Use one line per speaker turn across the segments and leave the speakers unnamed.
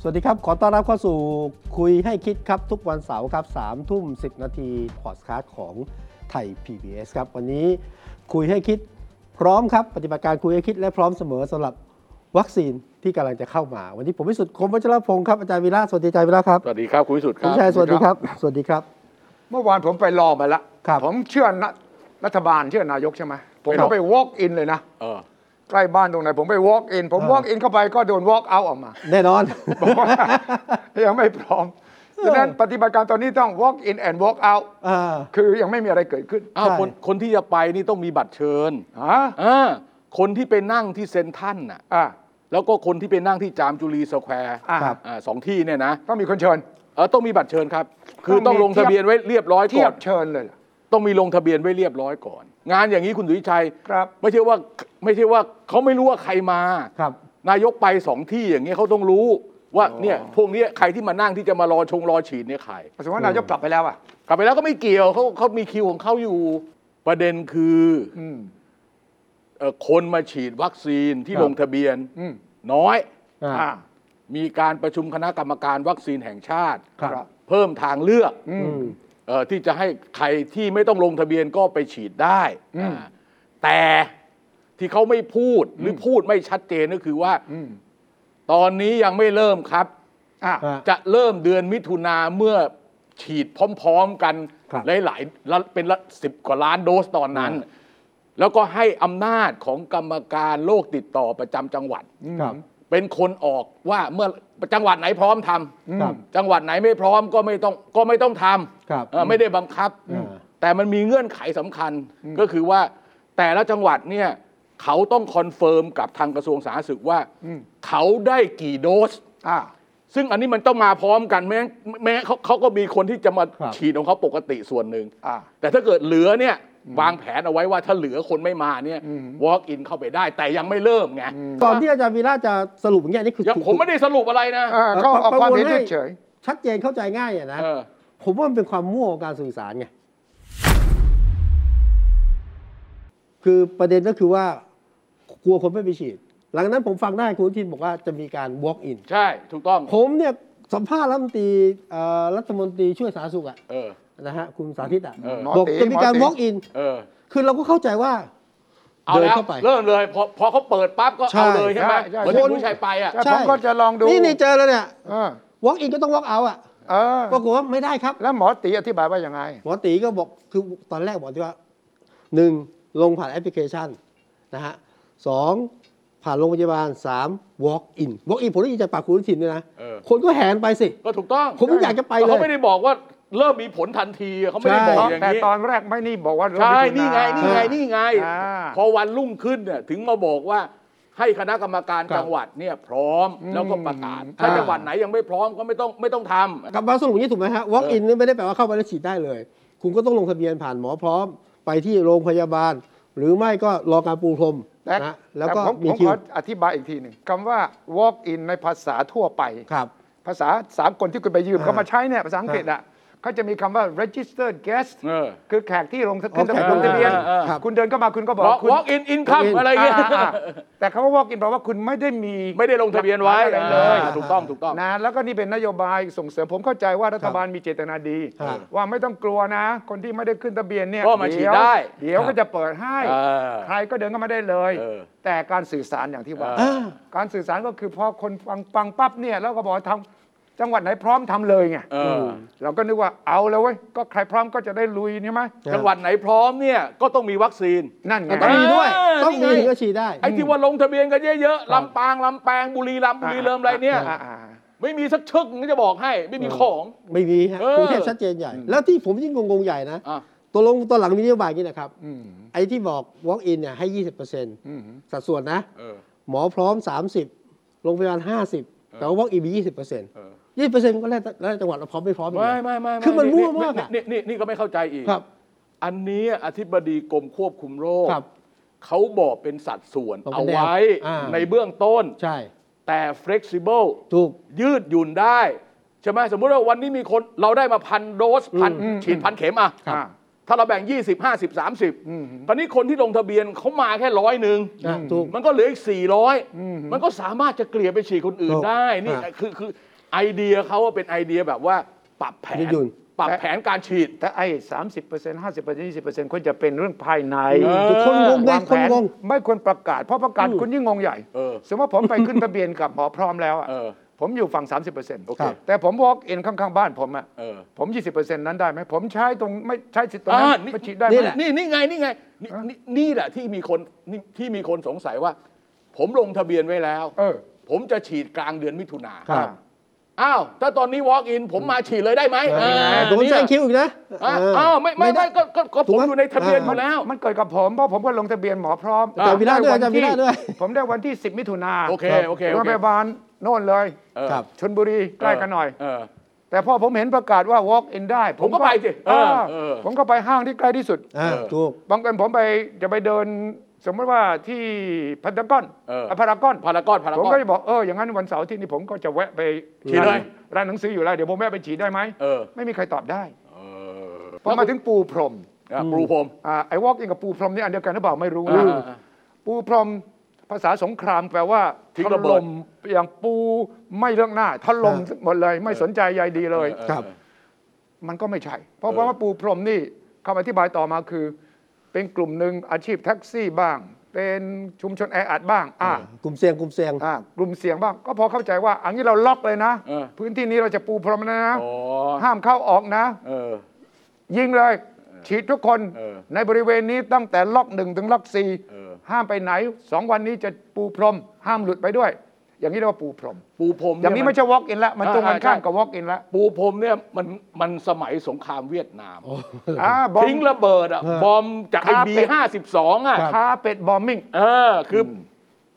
สวัสดีครับ ขอต้อนรับเข้าสู่คุยให้คิดครับ ทุกวันเสาร์ครับสามทุ่มสินาทีพอดคาสต์ของไทย PBS ครับ วันนี้คุยให้คิดพร้อมครับ ปฏิบัติการคุยให้คิดและพร้อมเสมอสำหรับวัคซีนที่กำลังจะเข้ามา วันนี้ผมพิสุทธิ์คมวัชรพงศ์ครับ อาจารย์วีระสวัสดีอาจารย์วีระครับ
สวัสดีครับคุณวิสุทธิ์ค
คุณ
รับ
ชัยสวัสดีครับ สวัสดีครับ
เมื่อวานผมไปรอมาแล้ว
ครับ
ผมเชื่อนะรัฐบาลเชื่อนายกใช่ไหมผมก็ไป walk in เลยนะ
เออ
ใกล้บ้านตรงไหนผมไป walk in ผม walk in เข้าไปก็โดน walk out ออกมา
แน่น อน
บอกว่า ยังไม่พร้อมดังนั้นปฏิบัติการตอนนี้ต้อง walk in and walk out
อ่า
คือยังไม่มีอะไรเกิดขึ้น
อ้าวคน
ใช่
คนที่จะไปนี่ต้องมีบัตรเชิญ
อ่า
อ่าคนที่ไปนั่งที่เซนทรันน่ะ
อ่า
แล้วก็คนที่ไปนั่งที่จามจุรีสแควร์
อ่า
ครับ
อ่าสองที่เนี่ยนะ
ต้องมีคนเชิญ
เออต้องมีบัตรเชิญครับ คือ
ต้
ต้อ
อง
ง
มี
ลงทะเบียนไว้เรียบร้อย
เที
ก่
ย
อบ น
เชิญเลยเหรอ
ต้องมีลงทะเบียนไว้เรียบร้อยก่อน งานอย่างนี้คุณสุวิชัย
ครับ
ไม่ใช่ว่าไม่ใช่ว่าเขาไม่รู้ว่าใครมา
ครับ
นายกไปสองที่อย่างเงี้ยเขาต้องรู้ว่าเนี่ยพวกเนี้ยใครที่มานั่งที่จะมารอชงรอฉีดเนี่ยใคร
สมมติว่านายกกลับไปแล้วอ่ะ
กลับไปแล้วก็ไม่เกี่ยวเขาเขามีคิวของเขาอยู่ประเด็นคือ
อืม
เอ่อคนมาฉีดวัคซีนที่
ครับ
ลงทะเบียน
อืม
น้อย
อ่า
อ่า
มีการประชุมคณะกรรมการวัคซีนแห่งชาติ
ครับ
เพิ่มทางเลือก
อื
อื
ม
ม
เออที่จะให้ใครที่ไม่ต้องลงทะเบียนก็ไปฉีดได้
อืม
อ่าแต่ที่เขาไม่พูดหรือพูดไม่ชัดเจนก็คือว่า
อืม
ตอนนี้ยังไม่เริ่มครับ
อ่า
อ่า
จะเริ่มเดือนมิถุนาเมื่อฉีดพร้อมๆกัน
ครับ
หลายๆละเป็นละสิบกว่าล้านโดสตอนนั้น แล้วก็ให้อำนาจของกรรมการโรคติดต่อประจำจังหวัด
ครับ
เป็นคนออกว่าเมื่อจังหวัดไหนพร้อมทำ
ครับ
จังหวัดไหนไม่พร้อมก็ไม่ต้องก็ไม่ต้องท
ครับ
ำเอ่อไม่ได้บังคับ
อืม
แต่มันมีเงื่อนไขสำคัญก็คือว่าแต่ละจังหวัดเนี่ยเขาต้องคอนเฟิร์มกับทางกระทรวงสาธารณสุขว่าเขาได้กี่โดส
อ่า
ซึ่งอันนี้มันต้องมาพร้อมกันแม้แม้เขาเขาก็มีคนที่จะมา
ครับ
ฉีดของเขาปกติส่วนหนึ่ง
อ่า
แต่ถ้าเกิดเหลือเนี่ยวางแผนเอาไว้ว่าถ้าเหลือคนไม่มาเนี่ย
อืม
walk in เข้าไปได้ แต่ยังไม่เริ่มไง
ก่อนที่อาจารย์วีระจะสรุปอย่างเงี้ยนี่คือ
ยังผมไม่ได้สรุปอะไรนะ
อ่าก็ออกความเห็นเฉย
ชัดเจนเข้าใจง่ายอ่ะนะ
เออ
ผมว่ามันเป็นความมั่วของการสื่อสารไง คือประเด็นก็คือว่ากลัวคนไม่ไปฉีด หลังจากนั้นผมฟังได้คุณอนุทินบอกว่าจะมีการ walk in
ใช่ถูกต้อง
ผมเนี่ยสัมภาษณ์รัฐมนตรีเอ่อรัฐมนตรีช่วยสาธารณสุขอะ
เออ
นะฮะคุณสาธิตอะ
เออ
หมอ
บอก
ตี
จะมีการ
หมอตี
walk in
เออ
คือเราก็เข้าใจว่า
เอา
เดิน
แล้ว
เข้าไป
เริ่มเลยพอพอเขาเปิดปั๊บก็
ใช่
เอาเลยใช่ไหม
ใช่
เหมือน
ใช่
ที่ผู้ชายไปอ่ะ
ๆผมก็จะลองดู
นี่นี่เจอแล้วเนี่ย
เออ
walk in ก็ต้อง walk out อะ
เออ
ปรากฏว่าไม่ได้ครับ
แล้วหมอตีอธิบายว่ายังไง
หมอตีก็บอกคือตอนแรกบอกที่ว่าหนึ่งลงผ่านแอปพลิเคชันนะฮะสองผ่านโรงพยาบาลสาม walk in walk in ผมได้ยินจากปากคุณอนุทินด้วยนะ
เออ
คนก็แหนไปสิ
ก็ถูกต้อง
ผมอยากจะไปเลย
เขาไม่ได้บอกว่าเริ่มมีผลทันทีอะเขาไม่ได้
ใช่
บอก
ตอน
อย่าง
แต่
นี้
ตอนแรกไม่นี่บอกว่าเริ่ม
ใช่
มิถุา
นี่ไง นี่ไง นี่ไง
อ่า
พอวันรุ่งขึ้นเนี่ยถึงมาบอกว่าให้คณะกรรมการจังหวัดเนี่ยพร้อมแล้วก็ประกาศ ถ้า
อ่า
จังหวัดไหนยังไม่พร้อมก็ไม่ต้องไม่ต้องท
กลับมาสรุปอย่างนี้ถูกไหมฮะ walk in นี่ไม่ได้แปลว่าเข้าไปแล้วฉีดได้เลย คุณก็ต้องลงทะเบียนผ่านหมอพร้อม ไปที่โรงพยาบาล หรือไม่ก็รอการปูพรม
แต่
นะแล้ว
ต่
ก็
ผม
มี
ผม
คิ
ข
ว
ออธิบายอีกทีหนึ่งคำว่า walk in ในภาษาทั่วไป
ครับ
ภาษาสากลที่คุณไปยืม
อ่า
เขามาใช้เนี่ยภาษาอังกฤษอ่ะเขาจะมีคำว่า registered guest
ำเออ
คือแขกที่ลงทะ
อ๋อ
ขึ้นทะเบียน
แขก
ลงทะเบียน
เออเออ
ครับ
คุณเดินเข้ามาคุณก็บอก
บอก
คุณ
walk in income
walk in
อะไรเงี้ย
อ่าอ่าแต่เขาว่า walk in แปลว่าคุณไม่ได้มี
ไม่ได้ลงทะเบียนไว้
อะไรเลย
อ่าถูกต้องถูกต้อง
นะแล้วก็นี่เป็นนโยบายส่งเสริมผมเข้าใจว่ารัฐบาลมีเจตนาดี
ครับ
ว่าไม่ต้องกลัวนะ คนที่ไม่ได้ขึ้นทะเบียนเนี่ย
ก็มาฉีด
เยว
ได้
เดี๋ยวก็จะเปิดให้
เออ
ใครก็เดินเข้ามาได้เลย
เออ
แต่การสื่อสารอย่างที่ว่า
เออ
การสื่อสารก็คือพอคนฟังฟังปั๊บเนี่ยแล้วก็บอกว่าทำจังหวัดไหนพร้อมทำเลยไง
เออ
เราก็นึกว่าเอาแล้วเว้ยก็ใครพร้อมก็จะได้ลุยใช่ไหม
จังหวัดไหนพร้อมเนี่ยก็ต้องมีวัคซีน
นั่นไง
ต้องมีด้วย
เออ
ต้องมี
นี่ไง
ถึงจะฉีดได้
ไอ้ที่ว่าลงทะเบียนกันเยอะๆลำปางลำแปางบุรีรัมย์บุรีเริมย์อะไรเนี่ย
อ่าอ่าอ่า
ไม่มีสักชึกก็จะบอกให้ไม่มีของ
ไม่มีฮะ
เออ
กรุงเทพชัดเจนใหญ่ แล้วที่ผมยิ่งงงๆใหญ่นะ
อ่ะ
ตัวลงตัวหลังมีนโยบายอย่างนี้นะครับ
อืม
ไอ้ที่บอก walk in เนี่ยให้ 20%
อืม
สัดส่วนนะ
เออ
หมอพร้อม 30 โรงพยาบาล 50 แต่ว่า walk in มี 20%
เออ
ยี่สิบเปอร์เซ็นต์ก็แล้วแต่แล้วแต่จังหวัดเราพร้อมไม่พร้อมอยู่
ไม่
แล้ว
ไม่ไม่ไ
คือมันมั่วมากอะ
นี่นี่นี่นี่ก็ไม่เข้าใจอีก
ครับ
อันนี้อธิบดีกรมควบคุมโรค
ครับ
เขาบอกเป็นสัดส่วน
บอกเป็
เอา
นแนว
ไว้
อ่า
ในเบื้องต้น
ใช่
แต่ flexible
ถูก
ยืดหยุ่นได้ ใช่ไหมสมมุติว่าวันนี้มีคนเราได้มาพันโดสพัน
อืม
ฉีดพันเข็มอ่ะ
ครับ
อ่ะถ้าเราแบ่ง 20 50
อืม
30ตอนนี้คนที่ลงทะเบียนเขามาแค่ร้อยหนึ่ง
อ่ะถูก
มันก็เหลืออีก
อืม
400 มันก็สามารถจะเกลี่ยไปฉีดคนอื่น
ถูก
ได้นี่
อ่ะ
คือคือไอเดียเขาว่าเป็นไอเดียแบบว่าปรับแผน
ยืดหยุ่น
ปรับแผนการฉีด
แต่ไอ้สามสิบเปอร์เซ็นต์ห้าสิบเปอร์เซ็นต์ยี่สิบเปอร์เซ็นต์ควรจะเป็นเรื่องภายใน
เออ
ทุกคนงงไง
วาง
ค
แผ
น
น
งง
ไม่ควรประกาศ เพราะประกาศ
อืม
คุณยิ่งงงใหญ่
เออ
สมมติผมไปขึ้นทะเบียนกับหมอพร้อมแล้วอะ
เออ
ผมอยู่ฝั่ง 30%
โอเค
แต่ผม walk in ข้างๆ บ้านผมอะ
เออ
ผม 20%นั้นได้ไหม ผมใช้ตรงไม่ใช้สิทธิ์ตรงนั้
อ่าน นี่
ไม่ฉีดได้ไห
นี่
ม
แหละ
นี่นี่ไงนี่ไงนี่นี่นี่แหละที่มีคนนี่ที่มีคนสงสัยว่า ผมลงทะเบียนไว้แล้ว
เออ
ผมจะฉีดกลางเดือนมิถุนา
ครับ
อ้าว ถ้าตอนนี้ walk in ผมมาฉีดเลยได้ไหม
เออ
อ่า
โดนแซง
เย
คิวอีกนะ
อ่ะ
เ
อ้าวไม่ไม่
ด้
ไม่ก็ก็ก็
ถู
ผ
ก
ม
ไหม
อยู่ในทะเบียน
อ่า
อยู่แล้ว
มันเกิดกับผมเพราะผมก็ลงทะเบียนหมอพร้อม
อาจารย์วิระด้วยอาจารย์วิระด้วย
ผมได้วันที่ 10 มิถุนา
โอเคโอเค
โร
โอง เค
พยาบาลโน่นเลย
เออ
ครับ
ชนบุรีใกล้กันหน่อย
เอ
แต่พอผมเห็นประกาศว่า walk in ได้
ผมก็ไปสิเออเออ
ผมก็ไปห้างที่ใกล้ที่สุด
อ่า
เออ
ถูก
บางเอิญผมไปจะไปเดิน สมมติว่าที่พารากอน
เออ
พารากอน
พารากอนพาราก
ผม
อ
ก็
น
จะบอกเอออย่างนั้นวันเสาร์ที่นี่ผมก็จะแวะไป
ฉีดเลย
ร้านหนังสืออยู่แล้วเดี๋ยวผมแวะไปฉีดได้ไหม
เออ
ไม่มีใครตอบได้
เออ
พอมาถึงปูพรม
อ่ะปรูพรม
ไอ้วอล์กอินกับปูพรมนี่อันเดียวกันหรือเปล่าไม่รู้
อ่า
ปูพรมภาษาสงครามแปลว่า
ทิ้งระเบิด
ถอย่างปูไม่เรื่องหน้าถล่ม
ครับ
หมดเลย ไม่สนใจใยดีเลย
ออ
ครับ
มันก็ไม่ใช่ เพราะ
เออ
ว่าปูพรมนี่คำอธิบายต่อมาคือ เป็นกลุ่มหนึ่งอาชีพแท็กซี่บ้าง เป็นชุมชนแออัดบ้างอ่า
กลุ่มเสี่ยงกลุ่มเสี่ยง
อ่ากลุ่มเสี่ยงบ้างก็พอเข้าใจว่าอันนี้เราล็อกเลยนะ
เออ
พื้นที่นี้เราจะปูพรมนะนะ
อ๋อ
ห้ามเข้าออกนะ
เออ
ยิงเลย ฉีดทุกคน
เออ
ในบริเวณนี้ตั้งแต่ล็อกหนึ่งถึงล็อกสี่
เออ
ห้ามไปไหนสองวันนี้จะปูพรม ห้ามหลุดไปด้วย อย่างนี้เรียกว่าปูพรม
ปูพรม
อ
เ
ย่างนี้ไม่ใช่ walk in ละมันตรงกันข้าม
อ่าใช่
กับ walk in ละ
ปูพรมเนี่ยมันมันสมัยสงครามเวียดนาม
อ่าบอม
ทิ้งระเบิดอ่ะ
เออบ
อมจากไอ้
ครับ
บีห้าสิบสองอ่ะ
ค้าเป็ดบอมมิ่ง
เออคืออ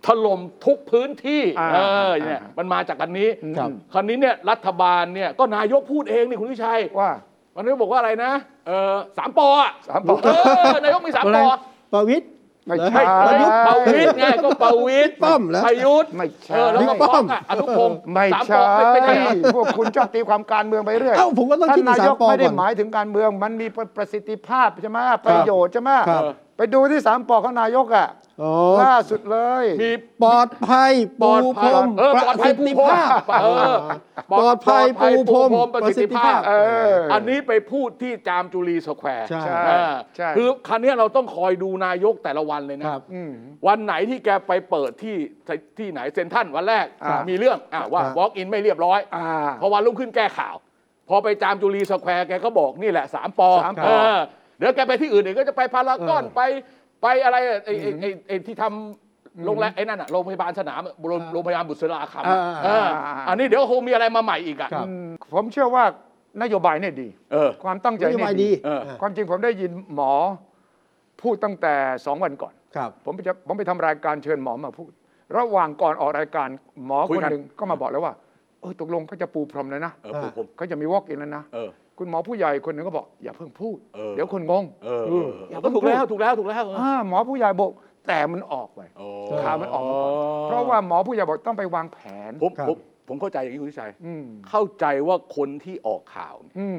ถล่มทุกพื้นที่
อ่า
เออเนี่ย
อ่า
มันมาจากอันนี้
ครับ
คราวนี้เนี่ยรัฐบาลเนี่ยก็นายกพูดเองนี่คุณวิชัย
ว่า
วันนี้บอกว่าอะไรนะเออสามปออะ
สามปอ
เออนายกมีสาม
อะไร
ปอ
ประวิตร
ไม่
ให้
ป
ใช่
ระยุทธ์ประวิตรไงก็ประวิตร
ป้อมเหรอ
ประยุทธ์
ไม่ใช่
เออแล้วก็
บิ๊กป้
ป้อ
อ
ม
ม
อะอนุพงศ์
ไม่
สามป
ใช่
อไม่ใช่เหรอ
พวกคุณชอบตีความการเมืองไปเรื่อย
เอ้าผมก็ต้อง
ท่า
คิด
น
ถึง
นาย
สาม
ก
ปอ
ไม่
ก่
ได้
อน
หมายถึงการเมืองมันมีประสิทธิภาพใช่ไหมประโยชน์ใช่ไหม
ครับ
ไปดูที่สามปอของนายกอ่ะ
อ๋อ
ล่าสุดเลย
มี
ปลอดภัย
ปล
ปู
อด
พร
ภัย
ม
เออปลอด
ป
ภัย
ระสิท
ปู
ธิ
พรม
ภาพ
เออ
ปลอดภัยปูพรม
ประสิทธิภาพ
เอออ
อันนี้ไปพูดที่จามจุรีสแควร์
ใช่
ใช่
อ่า
ใช่
คือครั้นี้ยเราต้องคอยดูนายกแต่ละวันเลยนะ
ครับ
อืม
วันไหนที่แกไปเปิดที่ที่ไหนเซ็นทรันวันแรก
อ่ามี
มีเรื่องอ่ะว่า
ครับ
วอล์กอินไม่เรียบร้อย
อ่า
พอวันรุ่งขึ้นแก้ข่าว พอไปจามจุลีสแควร์แกก็บอกนี่แหละสามปอ
สามปอ
เออเดี๋ยวแกไปที่อื่นอีกก็จะไปพารากอน
เออ
ไปไปอะไรอ่ะไอ้ไอ้ไอ้ไอ้ที่ทำโรงแรมไอ้นั่นอะโรงพยาบาลสนามโรง
อ่า
โรงพยาบาลบุษราคำ
อ่า
อะเออ
อ่า
อันนี้เดี๋ยวคงมีอะไรมาใหม่อีกอ่ะ
ครับ
ผมเชื่อว่านโยบายเนี่ยดี
เออ
ความตั้งใจ
นโย
เนี่
บาย
ย
ดี
ดี
เออ
อ่ะ
ความจริงผมได้ยินหมอพูดตั้งแต่สองวันก่อน
ครับ
ผมไปจะผมไปทำรายการเชิญหมอมาพูด ระหว่างก่อนออกรายการหมอ
คุ
ค
ย
น
กัน
หนึ่งก็มาบอกแล้วว่าเออตกลงเขาจะปูพรมแล้วนะ
เออผมผม
เขาจะมีวอล์กอินแล้วนะ
เออ
คุณหมอผู้ใหญ่คนหนึ่งก็บอก อย่าเพิ่งพูด
เออ
เดี๋ยวคนงง
เออ
เออ
เออก็ถูกแล้วถูกแล้วถูกแล้วเออ
อ่าหมอผู้ใหญ่บอกแต่มันออกไป
โอ้
ข่าวมันออกมาก่อนเพราะว่าหมอผู้ใหญ่บอกต้องไปวางแผน
ผม
ครับ
ผมผมเข้าใจอย่างนี้คุณวิชัย
อืม
เข้าใจว่าคนที่ออกข่าวเนี่ย
อืม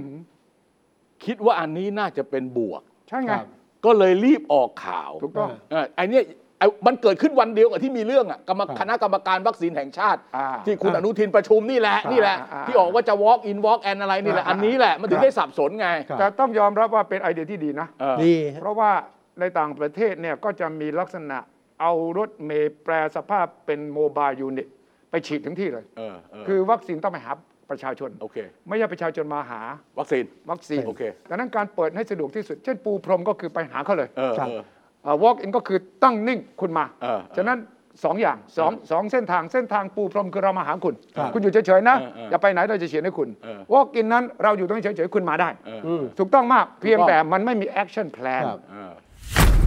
คิดว่าอันนี้น่าจะเป็นบวก
ใช่ไง
ครับ
ก็เลยรีบออกข่าว
ถูกต้อง
เออไอ้เนี่ยไอ้มันเกิดขึ้นวันเดียวกับที่มีเรื่องอ่ะกรร
ค
ม
รับ
คณะกรรมการวัคซีนแห่งชาติ
อ่า
ที่คุณอนุทินประชุมนี่แหละ
อ่า
นี่แหละ
อ่า
ที่ออกว่าจะ walk in walk in อะไรนี่แหละ
อ่า
อันนี้แหละ มันถึ
ครั
ง
บ
ได้สับสนไง
ครับ
แต่ต้องยอมรับว่าเป็นไอเดียที่ดีนะ
เออ
ดี
เพราะว่าในต่างประเทศเนี่ยก็จะมีลักษณะเอารถเมล์แปลสภาพเป็นโมบายยูนิตไปฉีดถึงที่เลย
เออเออ
คือวัคซีนต้องไปหาประชาชน
โอเค
ไม่ใช่ประชาชนมาหา
วัคซีน
วัคซีน
โอเค
ดังนั้นการเปิดให้สะดวกที่สุด เช่นปูพรมก็คือไปหาเขาเลย
เออ
ครับ
เออ
วอล์กอินก็คือตั้งนิ่งคุณมา
เออเออ
ฉะนั้นสองอย่างสองสองเส้นทางเส้นทางปูพรมคือเรามาหาคุณ
ครับ
คุณอยู่เฉยๆนะ
เออเออ
อย่าไปไหนเราจะเฉียนให้คุณ
เออ
วอล์กอินนั้นเราอยู่ตรงนี้เฉยๆคุณมาได้
เออ
อืม
ถูกต้องมากเพียง
ถูกต้อง
แต่มันไม่มีแอคชั่นแพลน
ครับ
เออ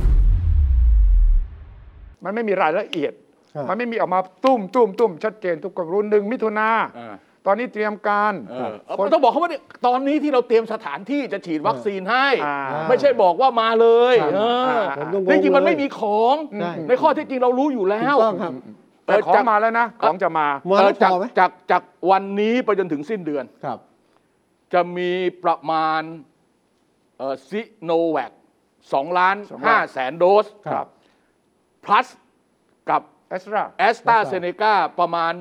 มันไม่มีรายละเอียด
ครับ
มันไม่มีออกมาตุ้มตุ้มตุ้มชัดเจนทุกคนรู้หนึ่งมิถุนา
เออ
ตอนนี้เตรียมการ
เออเอา
คน
ต้องบอกเขาว่าเนี่ยตอนนี้ที่เราเตรียมสถานที่จะฉีดวัคซีนให้
อ่า
ไม่ใช่บอกว่ามาเลย
ครับ
เออ
อ่า
ผมต้องงง
จริงจริงๆมัน
เลย
ไม่มีของ
ใช่
ในข้อเท็จจริงเรารู้อยู่แล้
ถู
ว
กต้องครับ
เอ
แต่
อ
ของ
จาก
มาแล้วนะ ของจะมา
มา
เอ
แล้
อ
วพ
จาก
อไหม
จากจากวันนี้ไปจนถึงสิ้นเดือน
ครับ
จะมีประมาณซิโนแวคสองล้าน
สองล้าน
ห้าแสนโดส
ครับ
plus กับ
เอสรา
แอสตราเซเนกาประมาณ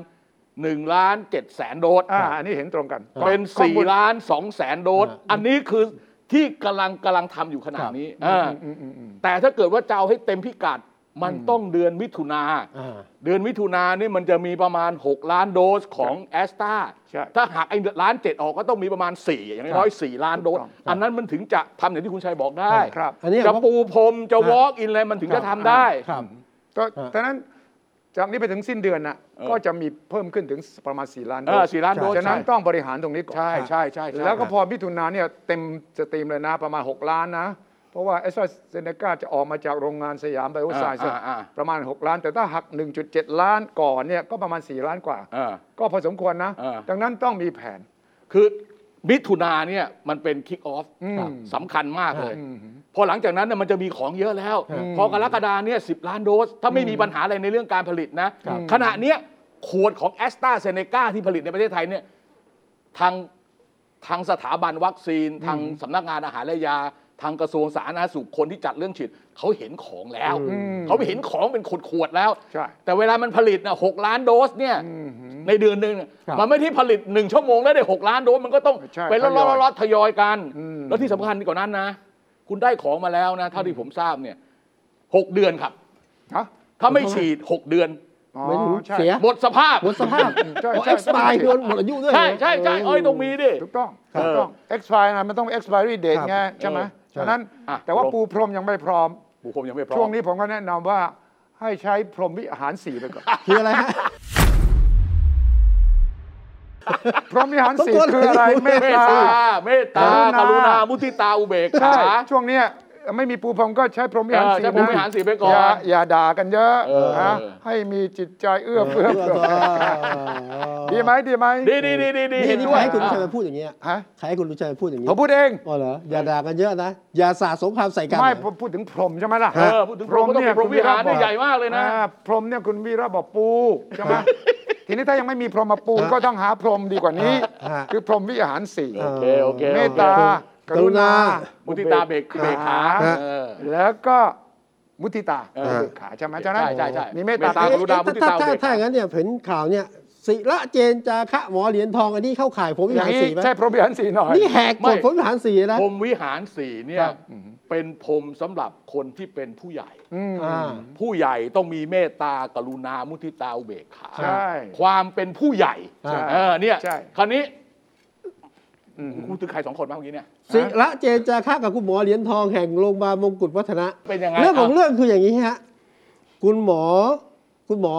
1ล้าน7แสนโดส
อ่าอันนี้เห็นตรงกัน
เป็น
ข้อมูล
4ล้าน2แสนโดส
อ่า
อันนี้คือที่กำลังกำลังทำอยู่ขนา
ค
ด
รับ
นี้อ่าแต่ถ้าเกิดว่าจะเอาให้เต็มพิกัดมันต้องเดือนมิถุนา
อ่า
เดือนมิถุนานี่มันจะมีประมาณ 6 ล้านโดสของแอสตรา
ใช่
ถ้าหากไอ้ล้านเจ็ดออกก็ต้องมีประมาณ 4 อย่างน้อยๆสี่ล้านโดส
ถูกต้อง
อันนั้นมันถึงจะทำอย่างที่คุณชัยบอกได้
ครับ
อันนี้
จะ
ว่า
ปูพรมจะ
อ่าว
อล์กอินอะไรมันถึง
ครับ
จะทำได้
ครับ
ก็
ฮะ
ดังนั้นจากนี้ไปถึงสิ้นเดือนนะ
เออ
ก็จะมีเพิ่มขึ้นถึงประมาณ 4 ล้านโด
เออ
ส
สี่ล้านโดส
ฉะนั้น
ใช่
ต้องบริหารตรงนี้ก่อน
ใช่ใช่ใช่ใช่
แล้วก็พอมิถุนาเนี่ยเต็มสตรีมเลยนะประมาณ 6 ล้านนะ เพราะว่าเอสเซเนกาจะออกมาจากโรงงานสยามไบโอไซส์
อ่าอ่า
ประมาณ 6 ล้าน แต่ถ้าหัก 1.7 ล้านก่อนเนี่ยก็ประมาณ 4 ล้านกว่า
อ่า
ก็พอสมควรนะ
เออ
ดังนั้นต้องมีแผน
คือมิถุนาเนี่ยมันเป็นคิกออฟ
อืม
สำคัญมากเลย พอหลังจากนั้นน่ะมันจะมีของเยอะแล้ว
อืม
พอกรกฎาเนี่ยสิล้านโดส ถ้าไม่มีปัญหาอะไรในเรื่องการผลิตนะ
ครับ
ขณะเนี้ยขวดของแอสตราเซเนกาที่ผลิตในประเทศไทยเนี่ยทางทางสถาบันวัคซีน ทางสำนักงานอาหารและยา ทางกระทรวงสาธารณสุขคนที่จัดเรื่องฉีดเขาเห็นของแล้ว เขาเห็นของเป็นขวดๆแล้ว
ใช่
แต่เวลามันผลิตนะหกล้านโดสเนี่ย ในเดือนหนึ่งเนี่ย
ครับ
มันไม่ที่ผลิตหนึ่งชั่วโมงแล้วได้หกล้านโดสมันก็ต้อง
ใช่
เป็น
ทย
ล็
อย
อตๆๆทยอยกัน
อืม
แล้วที่สำคัญกว่านั้นนะ คุณได้ของมาแล้วนะเท่าที่ผมทราบเนี่ยหกเดือนครับ
ฮะ
ถ้าไม่ฉีดหกเดือน
อ๋อ
ไม่ถึง
ใช่
เสีย
หมดสภาพ
หมดสภาพ
ใช่
อ๋อ
ใช่
expire โดนหมดอายุด้วย
ใช่ใช่ใช่
เ
เอ้ยต้องมีดิ
ถูกต้อง
ครับ
ถูกต้อง expire นะมันต้อง expiry date
ครับ
ไงใช่ไหม
เอ
อ
ฉะนั้น
อ่ะ
แต่ว่า
ตกลง
ปูพรมยังไม่พร้อม
บุคคลยังไม่พร้อม
ช่วงนี้ผมก็แนะนำว่าให้ใช้พรหมวิหารสี่ไปก่อน
คืออะไรฮะ
พรหมวิหารสี่
ต้องกด
คืออะไรเมต
เมต
ตา
ตาเมตตา
ก
ก
รุ
รุ
ณา
ณา มุทิตา อุเบก
ใช่
ขา
ช่วงเนี้ยไม่มีปูพรหมก็ใช้พรหมวิหาร
เออ
สี่
ใช้พรหมวิหารสี่ไปก่อนะ
ย่าอย่าด่ากันเยอะ
เออ
นะให้มีจิตใจเอื้อเฟื้อเผื่อดีไหมดีไหม
ดีดีดีดีดี
นี่
เห็น
นี่
ด้ว
ใคร
ย
ให้คุณลุงชัยมาพูดอย่างเงี้ย
ฮะ
ใครให้คุณลุงชัยมาพูดอย่าง
ผม
เงี้ย
พูดเอง
อ๋อเหรออย่าด่ากันเยอะนะอย่าสาดสงครามใส่กัน
ไม่
เห
ผ
รอ
มพูดถึงพรหมใช่ไหมล่ะ
เออพูดถึงพรหมก็ต้องเป็นพรหมวิหารเนี่ยใหญ่มากเลยนะ
อ่าพรหมเนี่ยคุณวีระบอกปูใช่ไหมทีนี้ถ้ายังไม่มีพรหมมาปู
ฮะ
ก็ต้องหาพรหมดีกว่านี้
ฮะ
คือพรหมวิหารสี่
โอเคโอเค
เม
โอเค
ตตา ก
กรุณา
รุณา
มุทิตาเบกเบกขา
ฮะ
เออ
แล้วก็มุทิตา
เออ
เบิกขาใช่ไหมใช่ไหม
ใช่ใช่ใช่
มีเมต
เม
ตา
ตตา กรุณมุทิตาอุเบกขา
ถ้าถ้าถ้าอย่างนั้นเนี่ยเห็นข่าวเนี่ยศิระเจนจาคะหมอเหรียญทองอันนี้เข้าข่ายผมวิ
อย่า
หาง ร
นี้
สีไหม
ใช่พรหมวิหารสี่หน่อย
นี่แหกกฎ
ไม่
ผมวิหารสีนะ
พรหมวิหารสี่เนี่
ค
ย
รับ
เป็นพรหมสำหรับคนที่เป็นผู้ใหญ่
อืม
อ่า
ผู้ใหญ่ต้องมีเมตตากรุณามุทิตาอุเบกขา
ใช่
ความเป็นผู้ใหญ่
ใช่
เออเนี่ย
ใช่
คราวนี้คุณถึงใครสองคนบ้างเมื่อกี้เนี่ย
ศิระเจนจาคะกับคุณหมอเหรียญทองแห่งโรงพยาบาลมงกุฎวัฒนะ
เป็นยังไง
เรื่องของ
ะ
เรื่องคืออย่างนี้ฮะ คุณหมอ คุณหมอ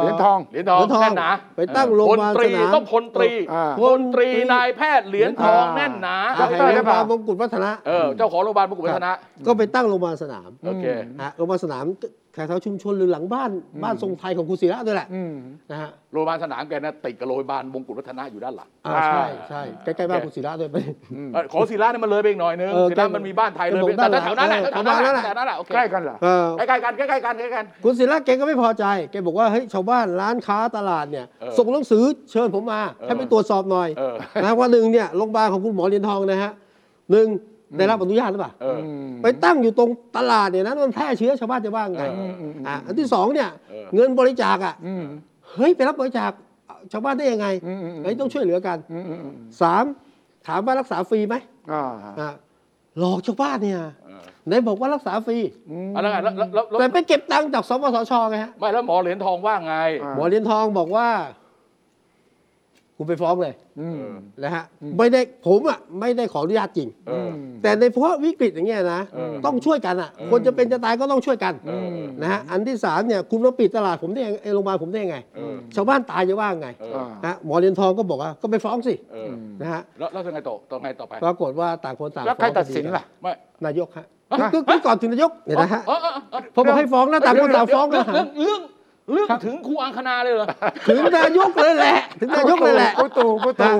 เหรียญทอง
เหรียญทอง
เหรียญทอง
แน่นหนา
ไปตั้งโรงพยาบาล
พต
สนาม
ต้องพลตรี
อ่า
พลตรีนายแพทย์เหรียญทอง
อ่า
แน่นหนา
แห่งโรงพยาบาลมงกุฎวัฒนะ
เออเจ้าของโรงพยาบาลมงกุฎวัฒนะ
ก็ไปตั้งโรงพยาบาลสนาม
โอเค
ฮะโรงพยาบาลสนามแถวๆชุมชนหรือหลังบ้านบ้านทรงไทยของคุณศิระด้วยแหละ
อืม
นะฮะ
โรงพยาบาลสนามแกนะติดกับโรงพยาบาลมงกุฎวัฒนะอยู่ด้านหลัง
อ่า
อ่า
ใช่ใช่ใกล้ๆบ้าน
โอเค
คุณศิระด้วยไป
เออของศิลาเนี่ยมันเลยไปอีกหน่อยนึง
เออ
ศิลามันมีบ้านไทยเลยไป
แต่ผมด้านหลั
แต่
ง
แถวนั้นแหละ
เออ
แถว
ป
นั้นแหละ
ระมาณนั้นแหละ
แถวนั้นแหละโอเค
ใกล้กันเหรอ
เออ
ใกล้ๆกันใกล้ๆกันใกล้ๆกัน
คุณศิระแกก็ไม่พอใจแกบอกว่าเฮ้ยชาวบ้านร้านค้าตลาดเนี่ย
เออ
ส่งหนังสือเชิญผมมา
เออ
ให้ไปตรวจสอบหน่อย
เออ
นะว่าหนึ่งเนี่ยโรงพยาบาลของคุณหมอเหรียญทองนะฮะหนึ่งได้รับอนุญาตหรือเปล่า
เออ
ไปตั้งอยู่ตรงตลาดเนี่ยนะมันแพร่เชื้อชาวบ้านจะว่าไง
เอออืม
อ่ะอันที่สองเนี่ย
เออ
เงินบริจาคอ่ะ
อืม
เฮ้ยไปรับบริจาคชาวบ้านได้ยังไง
อืมอืมอืม
เฮ้ยต้องช่วยเหลือกัน
อืมอืมอืม
สามถามว่ารักษาฟรีไหม
อ่า
อ่ะหลอกชาวบ้านเนี่ย
เออ
ไหนบอกว่ารักษาฟรี
เอาแล้วไงแล้วแล้วแล้ว
แต่ไปเก็บตังค์จากสปสชไงฮะ
ไม่แล้วหมอเหรียญทองว่าไง
หมอเหรียญทองบอกว่า คุณไปฟ้องเลย
อืม
นะฮะไม่ได้ผมอ่ะไม่ได้ขออนุญาตจริง
เออ
แต่ในเพราะวิกฤตอย่างเงี้ยนะ
เออ
ต้องช่วยกันอ่ะ คนจะเป็นจะตายก็ต้องช่วยกัน
เออ
นะฮะอันที่สามเนี่ยคุณมาปิดตลาดผมได้ยังไงโรงพยาบาลผมได้ยังไง
เออ
ชาวบ้านตายจะว่าไง
เออเออ
นะฮะหมอเหรียญทองก็บอกว่าก็ไปฟ้องสิ
เออ
นะฮะ
แล้วแล้วจะไงต่อต่อไงต่อไป
ปรากฏว่าต่างคนต่าง
แล้วใคร
ฟ้อง
ตัดสินล่ะ
ไม่
นายกฮะก็ก็ก่อนถึงนายกเนี่ยนะฮะ
เออเออเออ
พอบอกให้ฟ้องนะต่างคนต่างฟ้อง
เรื่
นะ
องเรื่องเรื่อง
ค
ลึก
รับ
ถึงครูอังคณาเลยเหรอ
ถึงนายกเลยแหละ ถึงนายกเลยแหละ
กูตู่กูตู่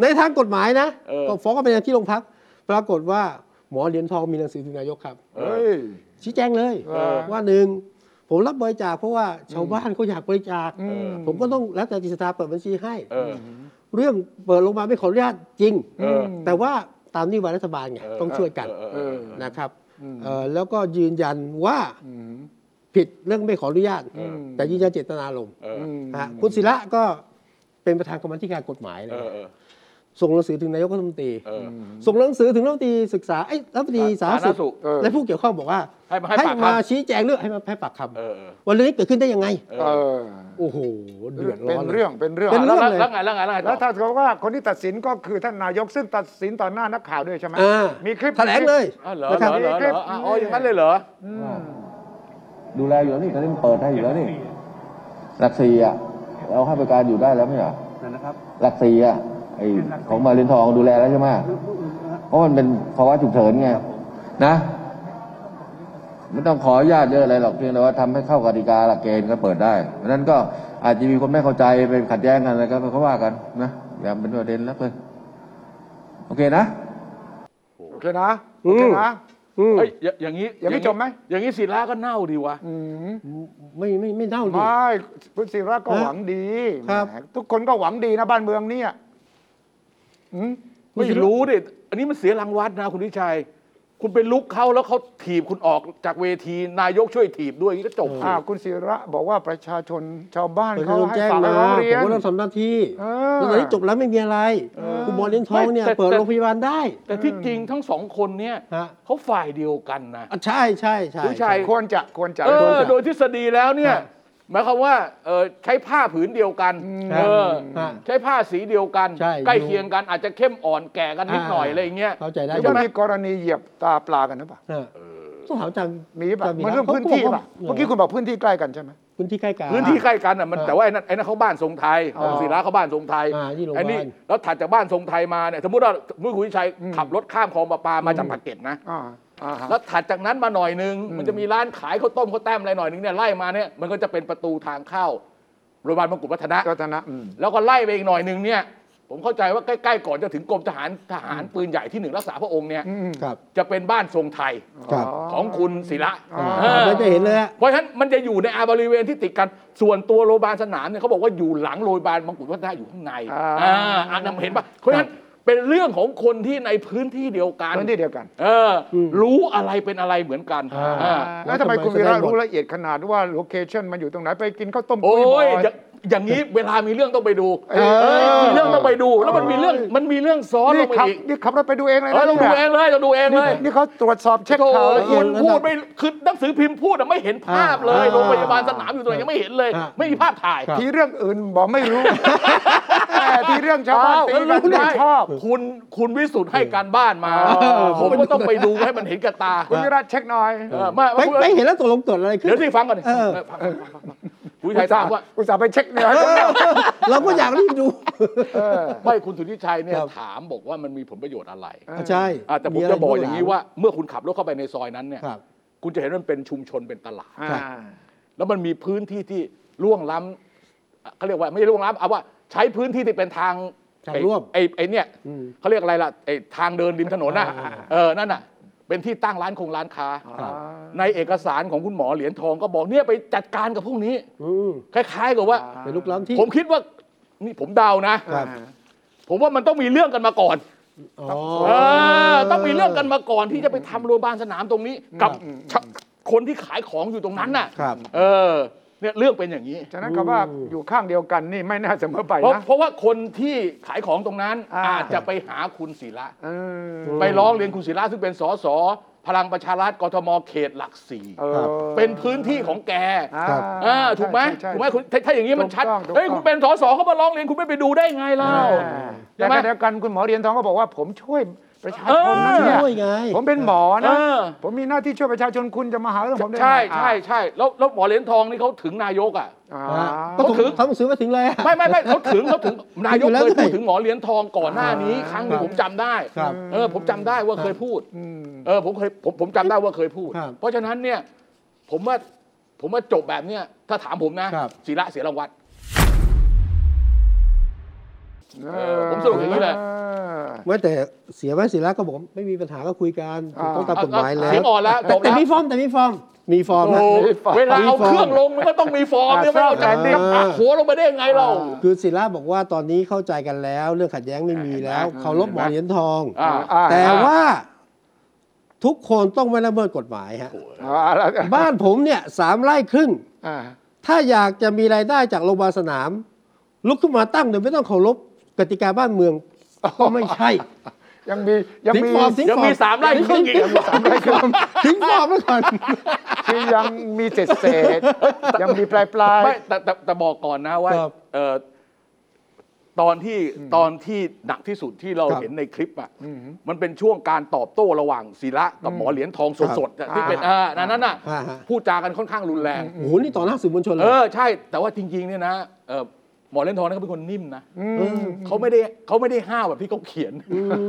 ในทางกฎหมายนะ
เออ
ก็ฟ้องกันไปที่โรงพัก ปรากฏว่าหมอเหรียญทองมีหนังสือถึงนายกครับ
เอ้ย
ชี้แจงเลย
เออ
ว่าหนึ่งผมรับบริจาคเพราะว่าชาวบ้านเขาอยากบริจาค
อืม
ผมก็ต้องแล้วแต่จิตศรัทธาเปิดบัญชีให้
เออ
เรื่องเปิดลงมาลไม่ขออนุญาตจริง
เออ
แต่ว่าตามนโยบายรัฐบาลไง
เออ
ต้องช่วยกัน
เออเออเออ
นะครับเอ่อแล้วก็ยืนยันว่าผิดเรื่องไม่ขออนุญาต
อืม
แต่ยืนยันเจตนารมณ์
เออ
นะฮะคุณศิระก็เป็นประธานกรรมาธิการกฎหมายเล
เอย อเออ
ส่งหนังสือถึงนายกรัฐมนตรี
เออ
ส่งหนังสือถึงรัฐมนตรีศึกษาเอ้ยรัฐมนตรีสาธารณ
สาธารณสุ
สุ
ข
ข
เออ
และผู้เกี่ยวข้องบอกว่า
ให้มาให้ปากคำ
มาชี้แจงเรื่องให้มาให้ปากค
เออเออ
ำว่าเรื่องนี้เกิดขึ้นได้ยังไง
เออ
โอ้โหเดือดร้
เป็
อน นลย
เรื่องเป็นเรื่อง
ป็น
แล้ว
เรื่องเลย
แล้วไงแล้วไงแล้วไงต่อ
แล้วถ้าเขาว่าคนที่ตัดสินก็คือท่านนายกซึ่งตัดสินต่อหน้านักข่าวด้วยใช่ไหม
อ่า
มีคลิป
แถลงเลย
อ๋อเหรอ
นะค
เหร
รั
อบ เหรอเหรออ่ะอ๋ออย่างนั้นเลยเหรอ
ดูแลอยู่แล้วนี่ตอนนี้มันเปิดให้อยู่แล้วนี่หลักสี่อ่ะเราให้บริการอยู่ได้แล้วไม่ใช่เหรอหลักสี่อ่ะไอของมาเรียนทองดูแลแล้วใช่ไหมเพราะมันเป็นภาวะฉุกเฉินไงนะไม่ต้องขออนุญาตเยอะอะไรหรอกเพียงแต่ว่าทำให้เข้ากติกาหลักเกณฑ์ก็เปิดได้เพราะฉะนั้นก็อาจจะมีคนไม่เข้าใจไปขัดแย้งกันอะไรก็เขาว่ากันนะอย่าเป็นประเด็นแล้วเลยโอเคนะ
โอเคนะ โอเคนะ
อืม
เอ้ยอย่าอย่างนี้
อย่างนี้จบไหม
อย่างนี้ศิลาก็เน่าดีวะ
อืม
ไม่ไม่ไม่เน่าดิ
ไม่คุณศิระก็
ฮะ
หวังดี
ครับ
แหมทุกคนก็หวังดีนะบ้านเมืองเนี่ยอืม
ไม่รู้ดิ อันนี้มันเสียรางวัลนะคุณวิชัย คุณไปลุกเขาแล้วเขาถีบคุณออกจากเวที นายกช่วยถีบด้วยอย่างนี้ก็จบสิ
อ่าคุณศิระบอกว่าประชาชนชาวบ้าน
ประชา
เขา
ชน
ให้
แจ้ง
ฝาก
มา
ร้อ
ผ
ง
ม
เรียน
ก็ต้องทำหน้าที่
เออ
แล้วตอนนี้จบแล้วไม่มีอะไร คุณหมอเลี้ยงทองเนี่ย เปิดโรงพยาบาลได้
แต่ที่จริงทั้งสองคนเนี่ย
ฮะ
เขาฝ่ายเดียวกันนะ
อ่ะใช่ใช่ใช่
ผู้ชาย
ควรจะควรจะ
เออ โดยทฤษฎีแล้วเนี่ย
ฮะ
หมายความว่าเออใช้ผ้าผืนเดียวกัน เออ
ฮะ
ใช้ผ้าสีเดียวกัน
ใช่
ใกล้เคียงกันอาจจะเข้มอ่อนแก่กันนิดหน่อย
อ่า
อะไรอย่างเงี้ย
เข้าใจได้
แล้ว
ใช่
ก็
ไหม
มีกรณีเหยียบตาปลากันหรือเปล่า
ฮะต้องถามอาจารย์
มีป่ะ
าจาย์
มันเรื่อง
ขา
พื้นที่
ขาบ
ป่ะ
ว่า
เมื่อกี้คุณบอกพื้นที่ใกล้กันใช่ไหม
พื้นที่ใกล้กัน
พื้นที่ใกล้กันอ่ะมัน
อ่า
แต่ว่าไอ้นั่นไอ้นั่นเขาบ้านทรงไทย
อ๋อ
ของศิลาเขาบ้านทรงไทย
อ่าที่โรงพยาบาล
ไอ้นี่แล้วถัดจากบ้านทรงไทยมาเนี่ยสมมติว่าเมื่อคุณวิชัยขับรถข้ามคลองประปามาจากปากเกร็ดนะ
อ่าอ่าฮะ
แล้วถัดจากนั้นมาหน่อยนึง มันจะมีร้านขายข้าวต้มข้าวแต้มอะไรหน่อยนึงเนี่ยไล่มาเนี่ยมันก็จะเป็นประตูทางเข้าโรงพยาบาลมงกุฎวัฒนะ
รัตนะอืม
แล้วก็ไล่ไปอีกหน่อยนึงเนี่ยผมเข้าใจว่าใกล้ๆก่อนจะถึงกรมทหารทหารปืนใหญ่ที่หนึ่งรักษาพระองค์เนี่ย
ครับ
จะเป็นบ้านทรงไทย
ครับ
ของคุณศิระ
อ่า
เออ
เราจะเห็นเลยฮะ
เพราะฉะนั้นมันจะอยู่ในอาบริเวณที่ติดกันส่วนตัวโรงพยาบาลสนามเนี่ยเขาบอกว่าอยู่หลังโรงพยาบาลบางกุฎวัฒนะอยู่ข้างใน
อ่า
อ่าอันนั้นเห็นปะเพราะฉะนั้นเป็นเรื่องของคนที่ในพื้นที่เดียวกัน
พื้นที่เดียวกัน
เอออรู้อะไรเป็นอะไรเหมือนกัน
อ่า
อ่า
แล้วทำไม
แล้วทำไม
คุณวีระ
แสดงหมด
รู้ละเอียดขนาดว่าโลเคชันมันอยู่ตรงไหนไปกินข้าวต้ม
โอ้
กุ้บ่
ยอย่าอย่างนี้เวลามีเรื่องต้องไปดู
เออ
เอ้ยมีเรื่องต้องไปดู แล้วมันมีเรื่องมันมีเรื่องซ้อนล
นี่
งไป
ขับ
อีก
นี่ขับรถไปดูเองเลย
เออ
นะ
ต้องดูเองเลยต้องดูเอง
นี่
เลย
นี่เขาตรวจสอบเช็ค
โถ่
ข่าวละเอี
คุ
ยด
ณพูดไม่คือหนังสือพิมพ์พูดอะไม่เห็นภาพเลย
อ่า
โรงพยาบาลสนามอยู่ตรงไหนยังไม่เห็นเลย
อ่า
ไม่มีภาพถ่าย
ครับ
ทีเรื่องอื่นบอกไม่ รู้ แต่ทีเรื่องชาวบ้านตี
อ้ว
กัน
รู้ได้
ไม่ชอบ
คุณคุณวิสุทธ์ให้การบ้านมา
อ
ผมก็ต้องไปดูให้มันเห็นกับตา
คุณวีระเช็คหน่อย
เออมา
ไป
มา
ไปเห็นแล้วตกลงเกิดอะไรขึ้น
เดี๋ยวที่ฟังก่อนดิ
เออ
เออฟังก่อนฟังก่อนคุณวิชัยถามว่า
อุตส่าห์ไปเช็คเนี่ย
เราก็อยากรีบดู
ไม่คุณสุทธิชัยเนี่
ค
ย
รับ
ถามบอกว่ามันมีผลประโยชน์อะไร
อ่ะใช่
อ่ะแต่ผม
ไร
จะบอกอย่าง
ข้
นี้ว่า เมื่อคุณขับรถเข้าไปในซอยนั้นเนี่ย
ครับ
คุณจะเห็นว่ามันเป็นชุมชนเป็นตลาด
อ่า
แล้วมันมีพื้นที่ที่ล่วงล้ำอ่ะเขาเรียกว่าไม่ใช่ล่วงล้ำเอาว่าใช้พื้นที่ที่เป็นทาง
ทาง
ไอ้
ร่วม
ไอ้ไอ้เนี่ย
อืม
เขาเรียกอะไรล่ะไอ้ทางเดินริมถนนน่ะ
อ่า
เออนั่นน่ะ เป็นที่ตั้งร้านคงร้านค้า
ครับ
ในเอกสารของคุณหมอเหรียญทองก็บอกเนี่ยไปจัดการกับพวกนี้
อืม
คล้ายๆกับว่า
ไปลุกล้ำที่
ผมคิดว่านี่ผมเดานะ
ครับ
ผมว่ามันต้องมีเรื่องกันมาก่อน
อ๋อ
เออต้องมีเรื่องกันมาก่อนที่จะไปทำโรงพยาบาลสนามตรงนี้ กับชะคนที่ขายของอยู่ตรงนั้นน่ะ
ครับ
เออเนี่ยเรื่องเป็นอย่างนี้
ฉะนั้นคำว่าอยู่ข้างเดียวกันนี่ไม่น่าเสมอไป
เพราะ
นะ
เพราะว่าคนที่ขายของตรงนั้น
อ่า
อาจจะไปหาคุณศิระ
เออ
ไปร้องเรียนคุณศิระซึ่งเป็นสสพลังประชารัฐกทมเขตหลักสี่
เออ
เป็นพื้นที่ของแก
อ่า
ครับ
อ่าถูกไหม
ใช่ใช่
ถูกไหมคุณถ้าถ้าอย่างนี้มันชัด
ถูกต้องถูกต้อง
เฮ้ยคุณเป็นสสเขามาร้องเรียนคุณไม่ไปดูได้ไงเล่า ใช่
แต่
ไหม
ขณะเดียวกันคุณหมอเรียนทองก็บอกว่าผมช่วยประชาชนนะ
เออ
เนี่ย
ช่วยไง
ผมเป็นหมอนะ
เออ
ผมมีหน้าที่ช่วยประชาชนคุณจะมาหาเรื่องผมได้ไง
ใช่
อ่ะ
ใช่ใช่แล้วแล้วหมอเหรียญทองนี่เขาถึงนายกอ่ะ
อ่า
อ่ะก็
เขา
ถึ
ถึง
งทำหนังสือมาถึงเลยอะ
ไม่ไม่ไม่เขาถึงเขาถึงนายก
อยู่แล้ว
เคยพูด
ด้วย
ถึงหมอเหรียญทองก่อนหน้านี้ ครั้งหนึ
ค
ง
รับ
ผมจำได้
ครับ
เออผมจำได้ว่าเคยพูด
อืม
เออผมเคยผมผมจำได้ว่าเคยพูด
ครับ
เพราะฉะนั้นเนี่ยผมว่า ผมว่าจบแบบเนี้ยถ้าถามผมนะครับ ศิระเสียรางวัล
เอ
อผมสรุปอย่างนี้เลย
แม้แต่เสียไว้ศิระก็บอกไม่มีปัญหาก็คุยกันถูกต้องตามกฎหมายแล้
เสียว งอ่อนแล้ว
แต่
จบ
แต่
แล้ว
มีฟอร์มแต่มีฟอร์มมีฟอร์ม
โอ้
นะ
โหเวลาเอาเครื่องลงมันก็ต้องมีฟอร์ม
อ่า
เนี่ยไม่เอา
ซ่
จะ
อมแซมเนี่ย
หักหัวลงไปได้ยังไงเรา
คือศิระบอกว่าตอนนี้เข้าใจกันแล้ว เรื่องขัดแย้งไม่มีแล้วเคารพหมอเหรียญทอง
อ่า
อ่า
แต่ว่าทุกคนต้องไม่ละเมิดกฎหมายฮะ
เอาละ
บ้านผมเนี่ยสามไร่ครึ่ง
อ่า
ถ้าอยากจะมีรายได้จากโรงพยาบาลสนาม ลุกขึ้นมาตั้งโดยไม่ต้องเคารพกติกาบ้านเมืองก็ไม่ใช่
ยังมียัง
ทิ้ง
มี
ฟอร์มทิ้ง
ยัง
ฟอร์ม
มีสามไร่ครึ่งอีก
ทิ้งฟอร์มไว้ก่อน
ที่ยังมีเศษเศษๆยังมีปลายปลายๆ
ไม่แต่แต่แต่บอกก่อนนะว่า
ครับ
เอ่อตอนที่ตอนที่หนักที่สุดที่เรา
ครับ
เห็นในคลิปอ่ะมันเป็นช่วงการตอบโต้ระหว่างศิระกับหมอเหรียญทองสดๆอะที่เป็นอ่านั้นน่ะ
อ่าฮะ
พูดจากันค่อนข้างรุนแรง
โอ้โหนี่ต่อหน้าสื่อมวลชนเล
เอย อใช่ แต่ว่าจริงๆเนี่ยนะเอ่อหมอเหรียญทองเนี่ยเขาเป็นคนนิ่มนะเขาไม่ได้เขาไม่ได้ห้าวแบบที่เขาเขียน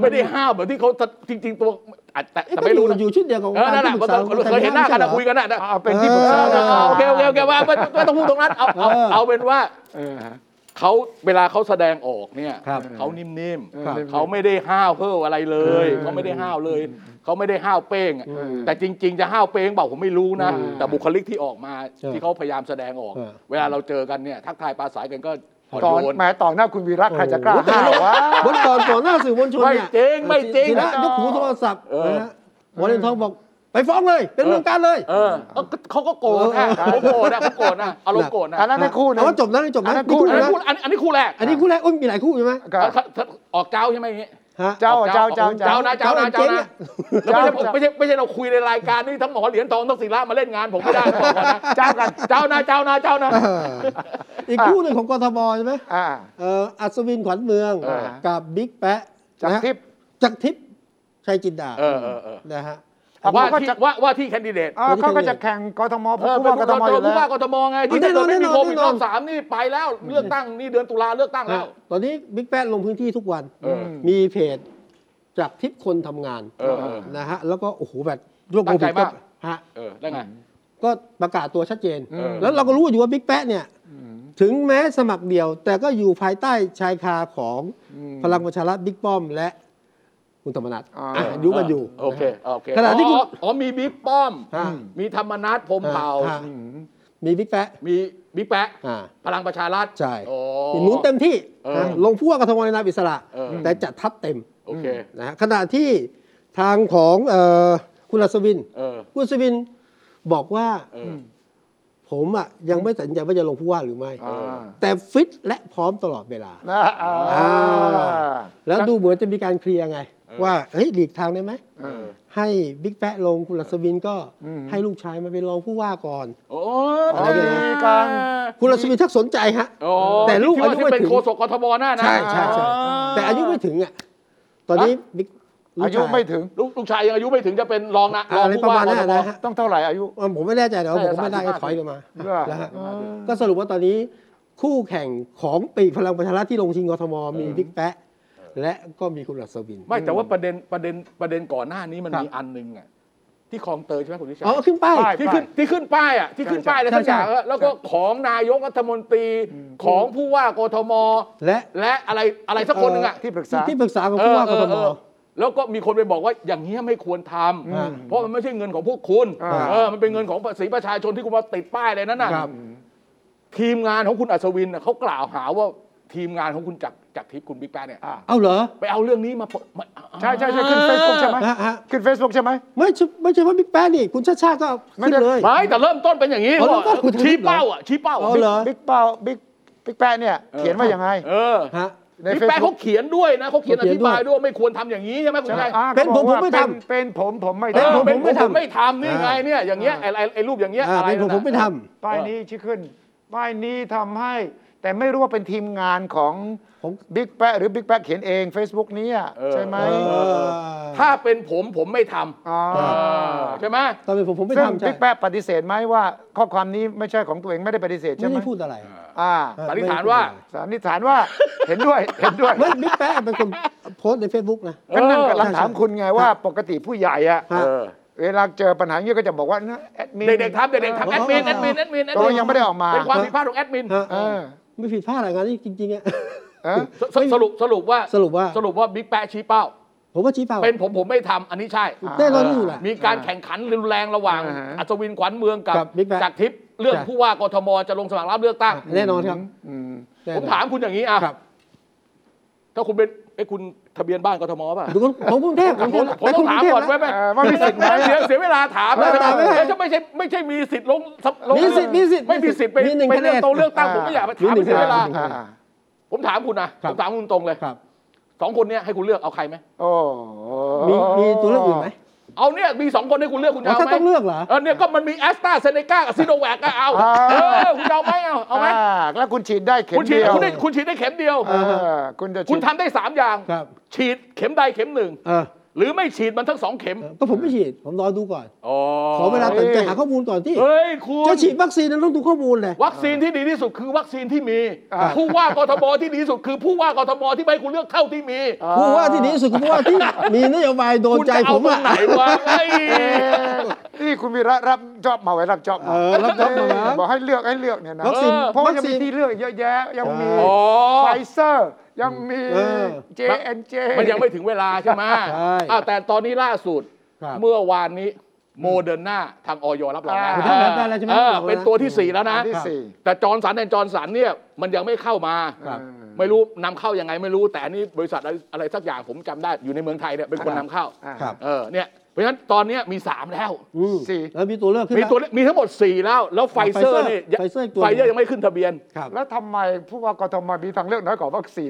ไม่ได้ห้าวแบบที่เขาจริง ๆ ตัวอาจแต่
เอ๊ะ
แต่ไม่รู้
ก็
นะ
อยู่อยู่ชุดเดียวกับ
เออนั่นแหละ
กา
มัน
รที่ป
ต้อง
รึกษ
เคยเห็นหน้ากันนะคุยกันนะนะ
เอาเป็นที่ปรึกษา
เออ
า
โอเคโอเคโอเคว่าไม่ไม่ต้องพูดตรงนั้นเอาเอา
เออ
เอาเป็นว่า
เออฮะ
เขาเวลาเขาแสดงออกเนี่ย
ครับ
เขานิ่ม
ครับ
ๆเขาไม่ได้ห้าวเพ้ออะไรเลยเขาไม่ได้ห้าวเลยเขาไม่ได้ห้าวเป้งอะแต่จริง ๆ จะห้าวเป้งเปล่าผมไม่รู้นะ แต่บุคลิกที่ออกมา
เออ
ที่เขาพยายามแสดงออก
เออ
เวลาเราเจอกันเนี่ยทักทายปราศัยกันก็อ่อน
ตอ
โย
น
น
แม้ต่อหน้าคุณวีระใครจะกล้าห้าววะ
บนก่อนต่อหน้าสื่อมวลชนเนี่ย
ไม่จริงไม่จริง
ศิะยกหูโทรศัพท์
เออ
นะฮะหมอเหรียญทองบอก ไปฟ้องเลย เป็นเรื่องการเลย
เออเอ้าเขาก็โกรธนะเขาโกรธนะเขาโกรธนะอารมณ์โกรธนะ
อันนั้นไม่คู่นะ
แต่ว่าจบนะนี่จบนะ
อันนั้นคู่
นี่
อันนี้
นะ
คู่อันอันนี้คู่แรก
อันนี้คู่แรกอุ้ยมีหลายคู่ใช่ไหม
ก็
ออกเจ้าใช่ไหมอย่างงี้
ฮะ
เจ้าเจ้าเจ้า
เจ้านะเจ้านะเจ้านะ
เจ้า
แล้วไม่ใช่ไม่ใช่ไม่ใช่เราคุยในรายการนี่ทั้งหมอเหรียญทองทั้งศิลามาเล่นงานผมไม่ได้นะบอกก่อนนะเจ้ากันเจ้านะเจ้านะเจ้านะ
เอออีกคู่หนึ่งของกทมใช่ไหม
อ่า
เอ่ออัศวินขวัญเมือง
อ่า
กับบิ๊กแปะ
จักรทิพย์
นะฮะจักรทิพย์ชัยจินดา
เออเออเออ
นะฮะ
ว่า
เขาก็
ที่
จะ
ว่าว่าที่แคนดิเดต
อ่าเขาก็จะแข่งกทมผู้ว่ากทมอยู่
ผู้
แล้ว
ว่ากทมไงที่
แน่
ถ้าน
อน
เกิดไม่มี
แน่นอน
โควิดร
แน่นอ
อบ
น
สามนี่ไปแล้วเลือกตั้งนี่เดือนตุลาเลือกตั้งแล้ว
ตอนนี้บิ๊กแปะลงพื้นที่ทุกวัน
เออ
มีเพจจักรทิพย์คนทำงาน
เออเออ
นะฮะแล้วก็โอ้โหแบบรวบรวม
ตั้งใจมาก
ฮะ
เออแล้วไง
ก็ประกาศตัวชัดเจน
เออ
แล้วเราก็รู้อยู่ว่าบิ๊กแปะเนี่ยถึงแม้สมัครเดียว แต่ก็อยู่ภายใต้ชายคาของพลังประชารัฐบิ๊กป้อมและคุณธรรมนัฐ
อ่า
อ่ะยุกันอยู่
โอเค
นะฮะ
โอเค
ขณะที่คุณ
อ๋ออ๋อมีบิ๊กป้อม
ฮะ
มีธรรมนัฐพรหมเผ่า
อ่ะมีบิ๊กแปะ
มีบิ๊กแป๊ะ
อ่า
พลังประชารัฐ
ใช่
โอ้
หนุนเต็มที่
เออ
นะลงผู้ว่ากทมในนามอิสระ
เออ
แต่จัดทัพเต็ม
โอเค
นะฮะขณะที่ทางของเอ่อคุณอัศวิน
เออ
คุณอัศวินบอกว่า
เออ
ผมอ่ะยังไม่ตัดสินใจว่าจะลงผู้ว่าหรือไม่
อ่า
แต่ฟิตและพร้อมตลอดเวลา
นะอ่า
อ่า แล้วดูเหมือนจะมีการเคลียร์ไง ว่าเฮ้ยหลีกทางได้ไหม
เออ
ให้บิ๊กแปะลงคุณลักษวินก็ให้ลูกชายมาเป็นรองผู้ว่าก่อน
โอ้
เอาเดี๋ยวนะ
กลาง
คุณลักษวินทักสนใจฮะ
อ๋อ
แต่ลูก
ที่
อา
ว่
ยุไม่
เป็น
ถึง
โฆษกกทบหน้านะ
ใช่ใช่ใช่แต่อายุไม่ถึงอ่ะตอนนี้บิ๊กลูก
อายุ
ช
ไม่ถึง
ลูกลูกชายยังอายุไม่ถึงจะเป็นรองนะรอง
อะไร
ผู้
ประ
ว่า
มาณ
ก
นั้น
ทบ
นะฮะ
ต้องเท่าไหร่อายุ
ผมไม่แน่ใจแต่ว่าผม
น่าจะ
ไม่ได้ก็ถ
35
อยกันมา
เหรอ
แล้วฮะก็สรุปว่าตอนนี้คู่แข่งของปีกพลังประชารัฐที่ลงชิงกทมมีบิ๊กแปะและก็มีคุณลักษวิน
ไม่แต่ว่าประเด็นประเด็นประเด็นก่อนหน้านี้มัน
ครับ
มีอันหนึงอ่ะที่คลองเตยใช่ไหมคุณนิชัย
อ๋อขึ้นป้าย
ป้าย
ที่ขึ้นที่ขึ้นป้ายอ่ะที่ขึ้นป้ายแล้ว
ใช่
ทั้งอย่าง
ใช่
อะแล้วก็ของนายกรัฐมนตรีของผู้ว่ากทม
และ
และอะไรอะไรสักคนหนึ่งอ่ะ
ที่ปรึกษา
ที่ปรึกษาของผู้ว่ากทม
เออเออเออแล้วก็มีคนไปบอกว่าอย่างนี้ยไม่ควรทำ
อืม
เพราะมันไม่ใช่เงินของพวกคุณ
อ่า
เออมันเป็นเงินของภาษีประชาชนที่คุณมาติดป้ายอะไรนั่นน่ะ
ครับ
ทีมงานของคุณอัศวินน่ะเขากล่าวหาว่าทีมงานของคุณจักรจักรทิพย์คุณบิ๊กแป๊ะเนี่ย
อ่า
เอาเหรอ
ไปเอาเรื่องนี้มาเปิดมาอ่า
ใช่ใช่ใช่ขึ้นเฟซบุ๊กใช่ไหม
ฮะฮะ
ขึ้นเฟซบุ๊กใช่ไหม
ไม่ใช่ไม่ใช่ว่าบิ๊กแป๊ะนี่ คุณชาติชาติก็
ไม่
ขึ้น
ได้
เลย
ไม่แต่เริ่มต้นเป็นอย่างนี้
อ๋อเริ่มต้นคุณจักรทิ
ชี้
พย์เหรอ
เป้าอ่ะชี้เป้า
เอาเหรอ
บิ๊กเป้าบิ๊กบิ๊กแป้เนี่ย เขียนว่ายังไง
เออ
ฮะ
ใน
บิ๊กแป๊ะ
Facebook
เขาเขียนด้วยนะเขาเขียนอ
เขาเขียน
ธิบายด้วยไม่ควรทำอย่างนี้ใช่ไหมคุณชาย
อ่า
เป็นผม
ขาบอก
ผ
ว่า
มไม่ทำ
เป็นเป็นผมผมไม่
เอ
ท
อ
ผม
เป็น
ไม่
ผม
ทำ
ไม่ทำนี่ไงเนี่ยอย่างเงี้ยไอ้ไอ้ไอ้รูปอย่างเงี้ย
อ่า
อะไร
เป็นผมผมไม่
นั่นน่ะ
ท
ำป้ายนี้ชื่อขึ้นป้ายนี้ทำให้ แต่ไม่รู้ว่าเป็นทีมงานของ
ำผม
บิ๊กแป๊หรือบิ๊กแป๊เขียนเอง Facebook เนี้ใช่ไหม
เออ
ถ้าเป็นผมผมไม่ท
อ่า
ำเออใช่ไหม
ตอนเป็นผมผมไม่
ซึ่ง
ทำใช่
บิ๊กแป๊ปฏิเสธไหมว่า ข้อความนี้ไม่ใช่ของตัวเองไม่ได้ปฏิเสธ
ไม่
ใช่ไหม
ได้พูดอะไร
อ่า
สันนิษฐานว่า
สันนิษฐานว่าเห็นด้วยเห็นด้วย
ไม่บิ๊กแป๊ะเป็นคนโพสต์ใน Facebook นะ
ก็นั่นกำลังถามคุณไงว่าปกติผู้ใหญ่อะ
ฮะ
เออ
เวลาเจอปัญหาอย่างนี้ยก็จะบอกว่านะแอดมิน
เด็กๆทำเด็กๆทำแอดมินแอดมินแอดมินแอด
ตกล
มิ
ง
น
ยังไม่ได้ออกมา
เป็นความผิดพลาดของแอดมิน
ฮะ
เออ
ไม่ผิดพลาดอะไรงานนี้จริงๆอะ
เออ
สสสรุปสรุปว่า
สรุปว่า
สรุปว่าบิ๊กแปะชี้เป้า
ผมว่าชี้เป้า
เป็นผมผมไม่ทำอันนี้ใช่
แน่นอนที่สุดแหละ
มีการแข่งขันรุนแรงระหว่าง
อ่าฮะ
อัศวินขวัญเมืองกับ
กับ Big Mac
จากรทิพย์เรื่อง
จ้ะ
ผู้ว่ากทมจะลงสมัครรับเลือกตั้ง
แน่นอนครับ
อืม
แน่น
ผ
อน
มถามคุณอย่างนี้อ่ะ
ครับ
ถ้าคุณเป็นไอ้คุณทะเบียนบ้านกทมป่ะ
ดูคนผมกรุงเทพ
ผมผม
แต่
ต้
คุ
อ
ณกรุ
งถาม
งเทพ
ก่อน
นะ
ไว้ไหม
ว่ามีสิทธิ์ไหม
เสียเสียเวลาถาม
ไม่
นะ
ไม่ไม่
แล้วจะไม่ใช่ไม่ใช่มีสิทธิ์ลงลง
มีสิทธิ์มีสิทธิ์
ไม่มีสิทธิ์ไป
มีหนึ่ง
ไปเลือก
คะแนน
ตรงเลือกตั้งผมไม่อยากไปถาม
มีหนึ่
เสี
ง
ยเวลา
คะแ
อ่า
ผมถามคุณนะ
ครั
ผ
บ
มถามคุณตรงเลย
ครับ
สองคนเนี้ยให้คุณเลือกเอาใครไหม
โอ้
มีมีตัวเลือกอื่นไหม
เอาเนี่ยมีสองคนให้คุณเลือกคุณจะ
อ๋อ
เอา
ถ้า
ไหม
ต้องเลือกเหรอ
เออเนี่ยก็มันมีแอสตราเซเนกากับซิโนแวคก็เอาเออคุณจะเอาไหมเอาเอาไหม
แล้วคุณฉีดได้เข็ม
คุณฉีด
เดียว
คุณได้คุณฉีดได้เข็มเดียว
เออคุณจะฉีด
คุณทำได้สามอย่าง
ครับ
ฉีดเข็มใดเข็มหนึ่ง
เออ
หรือไม่ฉีดมันทั้งสองเข็ม
เออก็ผมไม่ฉีด ผมรอดูก่อน ขอเวลา
เอ้
ตัด
ย
ใจหาข้อมูลก่อนที่
เฮ้ยคุณ
จะฉีดวัคซีนนั้นต้องดูข้อมูลเลย
วัคซีนที่ดีที่สุดคือวัคซีนที่มี
อ่า
ผู้ว่ากทมที่ดีที่สุดคือผู้ว่ากทมที่ไม่ให้คุณเลือกเท่าที่มี
ผู้ว่าที่ดีที่สุดคือผู้ว่าที่ มีนโยบายโดน
คุณ
ใจ
จะเอา
ผม
ตร
อะ
งไหนวะไอ้
เอ๊ะนี่คุณวีระรับจอบมาไว้รับจอบ
เออ
มา
รับรับมาแล้
บอ
ว
กให้เลือกให้เลือกเนี่ยนะ
วัคซีน
เพราะว่า
วั
ยัง
คซี
มี
น
ที่เลือกเยอะแยะยังมี
อ๋อ
ไฟเซอร์ยังมี
เออ
เจเอ็นเจ
มันยังไม่ถึงเวลาใช่ไหม
ใช่
อ้าวแต่ตอนนี้ล่าสุด
ครับ
เมื่อวานนี้โมเดอร์นาทางออยรับรอง
อ่า
คุณท่านรับได้แล้วใช่ไหม
เออ
บอกแล้วนะ
เป็นตัวที่สี่แล้วนะ
อันที่สี่
แต่จอร์นสันแอนจอร์นสันเนี่ยมันยังไม่เข้ามา
ครับ
ไม่รู้นำเข้ายังไงไม่รู้แต่อันนี่บริษัทอะไรอะไรสักอย่างผมจำได้อยู่ในเมืองไทยเนี่ยเป็นคนนำเข้า
อ่า
ครับ
เออเนี่ยเพราะฉะนั้นตอนเนี้ยมี 3 แล้ว
อืม
สี่
แล้วมีตัวเลือกขึ้น
มี
แล้ว
ตัวเลมีทั้งหมด 4 แล้ว แล้วไฟเซอร์นี่
ไฟเซอร์อีกตัว
ไฟเซอร์ยังไม่ขึ้นทะเบียน
ครับ
แล้วทำไมผู้ว่ากทมมีทางเลือกน้อยกว่าวัคซีน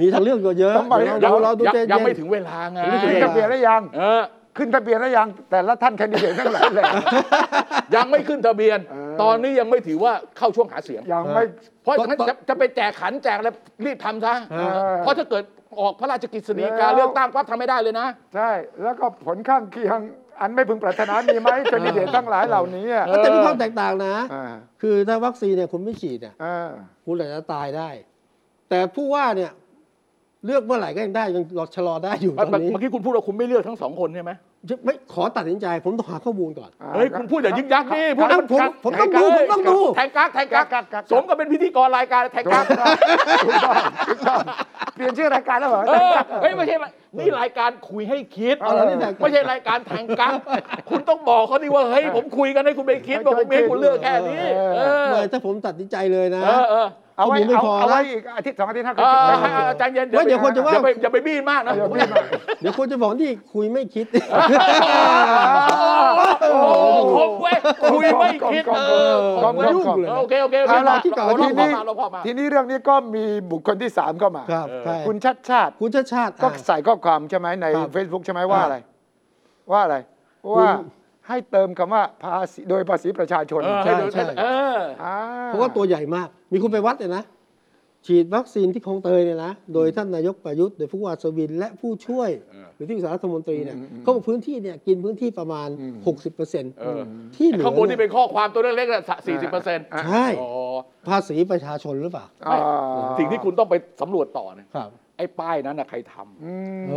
มีทางเลือกเยอะ
ทำไม
เดี๋ยว
ยั
เราเราดู
ยัง
เจน
ยัง
เย็
ไม่
น
ถึงเวลาไง
ไม่ถึงวลา
ขึ้นทะเบียนแล้วยัง
เออ
ขึ้นทะเบียนแล้วยัง แต่ละท่านแคนดิเดตทั้งหลายแหละ
ยังไม่ขึ้นทะเบียน
เออ
ตอนนี้ยังไม่ถือว่าเข้าช่วงหาเสียง
ยังไม่
เพราะฉะนั้นจะจะไปแจกขันแจกอะไรรีบทำซะ
เอ
เออ
เพราะถ้าเกิดออกพระราชกฤษฎีกา
แล้ว
เลือกตั้งปั๊บทำไม่ได้เลยนะ
ใช่ แล้วก็ผลข้างเคียง อันไม่พึงปรารถนามีไหมแคนดิเดตทั้งหลายเหล่านี้อ่ะ
แต่มีความแตกต่างนะ
อ่า
คือถ้าวัคซีนเนี่ยคุณไม่ฉีดเนี่ย
อ่า
คุณอาจจะตายได้ แต่ผู้ว่าเนี่ย เลือกเมื่อไหร่ก็ยังได้ยังรอชะลอได้อยู่ตอ
เมื่อ
นนี้
เมื่อกี้คุณพูดว่าคุณไม่เลือกทั้งสองคนใช่ไหม
ไม่ขอตัดสินใจ ผมต้องหาข้อมูลก่อน
อ่า
เฮ้ยคุณพูดอย่ายึกยักดิพูด
ครับผมผมต้องดูผมต้องดู
แทงกักแทงกัก
กักกักกัก
สมกับเป็นพิธีกรรายการแทง
ถู
กัก
กต้องถูกต้องถูกต้อง เปลี่ยนชื่อรายการแล้วเหรอ
เออเฮ้ยไม่ใช่ละนี่รายการคุยให้คิด
เอาแล้วนี่แตกต่าง
ไม่ใช่รายการแทงกัก คุณต้องบอกเขาดิว่าเฮ้ยผมคุยกันให้คุณไปคิดว่าผมไม่ให้คุณเลือกแค่นี้ เออ
เลยถ้าผมตัดสินใจเลยนะ
เออเออ
เอา
ผ
ไว้
มไม่
เอา
พอ
เอาไว้
ละ
อีกอาทิตย์สองอาทิตย์หน้า
เอ
ก็คิด
อ
ใหม่
เออใจเย็น
ว่าเดี๋ยวคนจะว่า
อย่าไปอย่าไปบี้มากนะ
อย่าบี้มาก
เดี๋ยวคนจะบอกนี่คุยไม่คิด
โอ้โหครบเว้ยคุยไม่คิดเออครบเว้ย
ยุ่งเลย
เออโอเคโอเคโอเค
เอาละ
ที่ก่อน
เราพอ
ทีนี้
มาเราพอมา
ทีนี้เรื่องนี้ก็มีบุคคลที่ 3 เข้ามา
ครับใช่
คุณชัดชาติ
คุณชาติชาติ
ก็
อ่ะ
ใส่ข้อความใช่ไหมใน
ครับ
Facebook ใช่ไหมว่าอะไร ว่าอะไร ว่าให้เติมคำว่าภาษีโดยภาษีประชาชน
เออ
ใช่
ให้เดิน
ใช่
เออ
อ่
เพราะว่าตัวใหญ่มาก มีคุณไปวัดเนี่ยนะ ฉีดวัคซีนที่คลองเตยเนี่ยนะ โดยท่านนายกประยุทธ์ โดยผู้ว่าสวิน และผู้ช่วย หรือที่ปรึกษารัฐมนตรีเนี่ย เขาบอกพื้นที่เนี่ยกินพื้นที่ประมาณ
เออ
60%ที่เหลือ
ข้างบน
เนี่
ที่เป็
ย
นข้อความตัวเล็กๆน่ะสี่สิบเปอร์เซ็นต์
ใช่ ภาษีประชาชนหรือเปล่า
อ่า
สิ่งที่คุณต้องไปสำรวจต่อเนี่ย
ครับ
ไอ้ป้ายนั้นนะใครท
อืม
เอ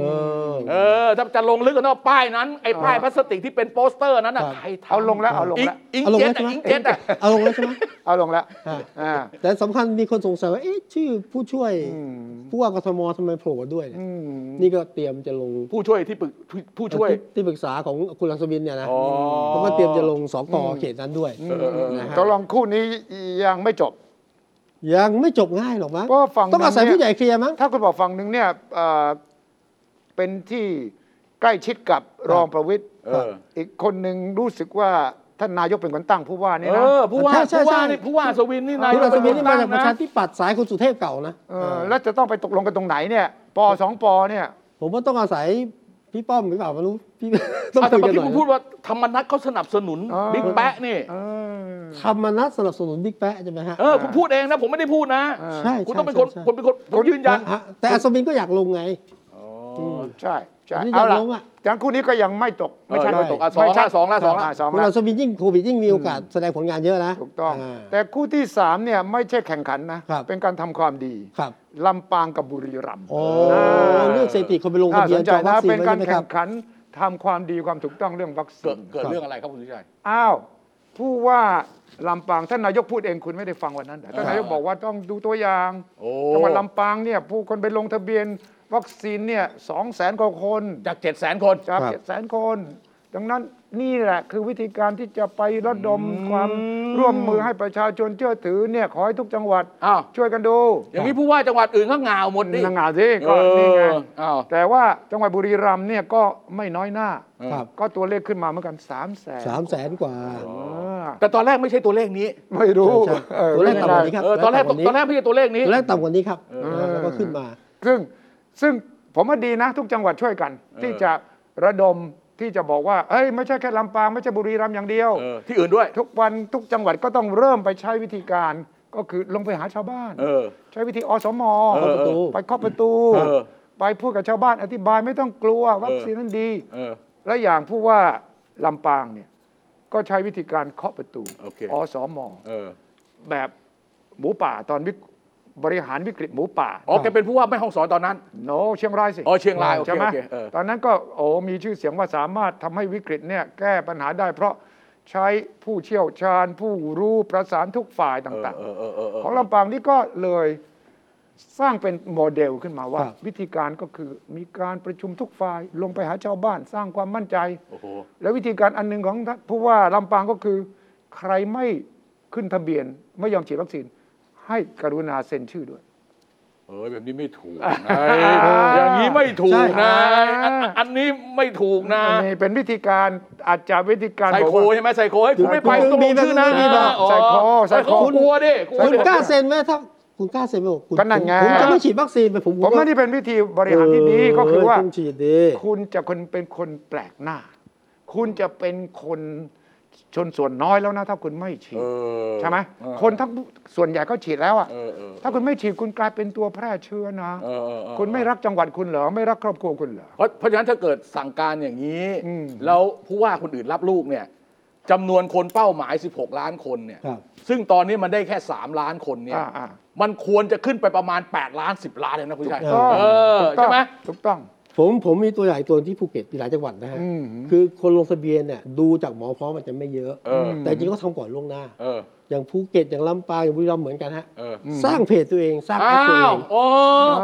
อ
ำเออ ถ้าจะลงลึกก็ต้องป้ายนั้น ไอ้ป้ายพลาสติกที่เป็นโปสเตอร์นั้น
ค
น่ะ
รับ
ใครทำ
เอาลงแล้วเอาลง
อิง
แล้ว
อิง
เอาลง
เจ็
แล้
ต
วใช่ไหม
อ่ะอิงเจ็ตอ่ะ
เอาลงแล้วใช่ไหม
เอาลงแล้ว
อ่ะ
อ่า
แต่สำคัญมีคนสงสัยว่า เอ๊ะ ชื่อผู้ช่วย
อืม
ผู้ว่ากทมทำไมโผล่มาด้วยเนี่ย
อืม
นี่ก็เตรียมจะลง
ผู้ช่วยที่ปรึกผู้ช่วย
ที่ที่ปรึกษาของคุณลังสวินเนี่ยนะ
อ๋อ
เขาก็เตรียมจะลงสกเขตนั้นด้วย
เออเออเออ
นะฮะ
ตกลงคู่นี้ยังไม่จบ
ยังไม่จบง่ายหรอกมั้ง
เพราะว่าฝั่ง
ต้องอาศัย
นั้น
ผู้
เนี่ย
ใหญ่เคลียร์มั้ง
ถ้าคุณบอกฝั่งหนึ่งเนี่ยเอ่อเป็นที่ใกล้ชิดกับรองประวิตย
เออ
อีกคนหนึ่งรู้สึกว่าท่านนายกเป็นคนตั้งผู้ว่านี่
เอ
นะ
อผู้ว่า
ใช่ใช่
ผู้ว่า
ใช่
นี่ผู้ว่าสวินนี่นาย
คุณลังสวินนี่มา
เป็
จากประชา
ตั้งะ
ธิปัตย์สายคุณสุเทพเก่านะ
เออแล้วจะต้องไปตกลงกันตรงไหนเนี่ยปอสองปอเนี่ย
ผมว่าต้องอาศัยพี่ป้อมหรือเปล่าไม่รู้พี่ ต้อง
เอาแต่
คุย
เมื่
กั
อ
ห
น
น่
กี้
อย
คุณพูดว่าธรรมนัตเขาสนับสนุน
อ๋อ
บิ๊กแปะนี่
เออ
ธรรมนัสสนับสนุนบิ๊กแป๊ะใช่ไหมฮะ
เออคุณพูดเองนะผมไม่ได้พูดนะ
เออ
ใช่
คุณ
ใช่
ต้องเป็นคน
ใช่
คุณเป็นคนผมยืนยัน
ฮะแต่อัศวินก็อยากลงไง
ใช่ใช่
อันนี้
เอา
ยั
ล่ะ
งลงอะ
จังคู่นี้ก็ยังไม่ตกไม่ใช่
เออยังไม่ตกอ่ะ
ไม่ใช่
สองละสองละสองละ
ะสอง
คุณ
ละ
ลังสวินยิ่งโควิดยิ่งมีโอกาสแสดงผลงานเยอะนะ
ถูกต้อง
า
แต่คู่ที่สามเนี่ยไม่ใช่แข่งขันนะ
ครับ
เป็นการทำความดี
ครับ
ลำปางกับบุรีรัมย์
โอ้
อ่า
เรื่องเศรษฐีคนไปลง
น่า
ทะเบี
ส
ยน
นใจ
จองวัค
นะ
ซีน
เป็น
ไว้ใช่
การ
ไหมค
แข่
รับ
งขัน ทำความดีความถูกต้องเรื่องวัค
เกิ
ซี
ด
น
เกิดเรื่องอะไรครับคุณสุทธิชัย
อ้าวผู้ว่าลำปางท่านนายกพูดเองคุณไม่ได้ฟังวันนั้นเหรอท่านนายกบอกว่าต้องดูตัวอย่าง
โอ้
จังหวัดลำปางเนี่ยผู้คนไปลงทะเบียนวัคซีนเนี่ยสองแสนกว่าคน
จากเจ็ดแสนคน
จาก
ครับ
เจ็ดแสนคน ดังนั้นนี่แหละคือวิธีการที่จะไประดมความร่วมมือให้ประชาชนเชื่อถือเนี่ยขอให้ทุกจังหวัด
อ้าว
ช่วยกันดู
อย่างนี้ผู้ว่าจังหวัดอื่นก็งาวหมดดิ
นางงามสิก็
เออ
นี่ไง
อ้าว
แต่ว่าจังหวัดบุรีรัมย์เนี่ยก็ไม่น้อยหน้า
ครับ
ก็ตัวเลขขึ้นมาเหมือนกัน3ามแสน
สามแสนกว่า
แต่ตอนแรกไม่ใช่ตัวเลขนี้
ไม่รู้
ใช่ใช่
เออ
ตัวเลขต่ำกว่านี้ ครับ
เออตอนแรก
แล้วตอนนี้
ตอนแรกไม่ใช่ตัวเลขนี้
ตัวแรกต่ำกว่านี้ครับแล้วก็ขึ้นมา
ซึ่งซึ่งผมว่าดีนะ ทุกจังหวัดช่วยกัน ที่จะระดมที่จะบอกว่าเอ้ยไม่ใช่แค่ลำปางไม่ใช่บุรีรัมย์อย่างเดียว
เออที่อื่นด้วย
ทุกวันทุกจังหวัดก็ต้องเริ่มไปใช้วิธีการก็คือลงไปหาชาวบ้าน
เออ
ใช้วิธีอสม
เออเออ
ไปเคาะประตู
เออ
ไปพูดกับชาวบ้านอธิบายไม่ต้องกลัววัคซีนนั้นดี
เออ
และอย่างผู้ว่าลำปางเนี่ยก็ใช้วิธีการเคาะประตู
โอเค
อสม
เออ
แบบหมูป่าตอนวิกบริหารวิกฤตหมูป่า
อ๋อแกเป็นผู้ว่าแม่ฮ่องสอนตอนนั้น
โนเชียงรายสิ
อ๋อเชียงรายโอเค
ใช่ไหม
โอเคเออ
ตอนนั้นก็โอ้มีชื่อเสียงว่าสามารถทำให้วิกฤตเนี่ยแก้ปัญหาได้ เพราะใช้ผู้เชี่ยวชาญ ผู้รู้ประสานทุกฝ่าย
เออ
ต่าง ๆ
เออเออเออเออ
ของลำปางนี่ก็เลยสร้างเป็นโมเดลขึ้นมาว่า
ครับ
วิธีการก็คือมีการประชุมทุกฝ่ายลงไปหาชาวบ้าน สร้างความมั่นใจ
โอ้โห
และวิธีการอันหนึงของท่านผู้ว่าลำปางก็คือ ใครไม่ขึ้นทะเบียน ไม่ยอมฉีดวัคซีน ให้กรุณาเซ็นชื่อด้วย
เอ้ยแบบนี้ไม่ถูกนะเอ้ยอย่างนี้ไม่ถูกนะอันอันอันนี้ไม่ถูกนะ
อันนี้เป็นวิธีการอาจจะวิธีการ
ไซ
บอก
โค
ว่า
ใช่ไหมไซโคให้ยกูไม่ไป
คุณ
ต้องลงชื่อนะ
มีแบบ
อ๋อ
ไซโคไซโค
กูกลัวดิลัว
คุณ
ดิ
กล้าเซ็นไหมถ้าคุณกล้าเซ็นไหมบอกคุณ
ก็นั่นไง
ผมจะไม่ฉีดวัคซีนไปผม
ผมว่านี่เป็นวิธีบริหารที่ดีก็คือว่า
ต้องฉีดดี
คุณจะคนเป็นคนแปลกหน้า คุณจะเป็นคนชนส่วนน้อยแล้วนะ ถ้าคุณไม่ฉี
เอ
ด
อ
ใช่ไหม
เออ
คนทั้งส่วนใหญ่ก็ฉีดแล้วอ่ะ
เออเออ
ถ้าคุณไม่ฉีดคุณกลายเป็นตัวแพร่เชื้อนะ
เออเออเออ
คุณไม่รักจังหวัดคุณเหรอ ไม่รักครอบครัวคุณเหรอ
เพราะเพราะฉะนั้นถ้าเกิดสั่งการอย่างนี้
อืม
แล้วผู้ว่าคนอื่นรับลูกเนี่ยจำนวนคนเป้าหมาย 16 ล้านคนเนี่ย
ครับ
ซึ่งตอนนี้มันได้แค่ 3 ล้านคนเนี่ย
อ่าอ่า
มันควรจะขึ้นไปประมาณ 8 ล้าน 10 ล้านเลยนะคุณชัย
ถูกต้อง
เออ
ถูกต้
ใช่
อง
ไหม
ถูกต้อง
ผมผมมีตัวอย่างอีกตัวที่ภูเก็ตมีหลายจังหวัดนะฮะ
อืม
คือคนลงทะเบียนเนี่ยดูจากหมอพร้อมมันจะไม่เยอะ
เออ
แต่จริงก็ทำก่อนล่วงหน้า
เออ
อย่างภูเก็ตอย่างลำปางอย่างบุรีรัมย์เหมือนกันฮะ
เออ
สร้างเพจตัวเองสร้างแอป
อ้า
ตัวเอ
ว
ง
โอ้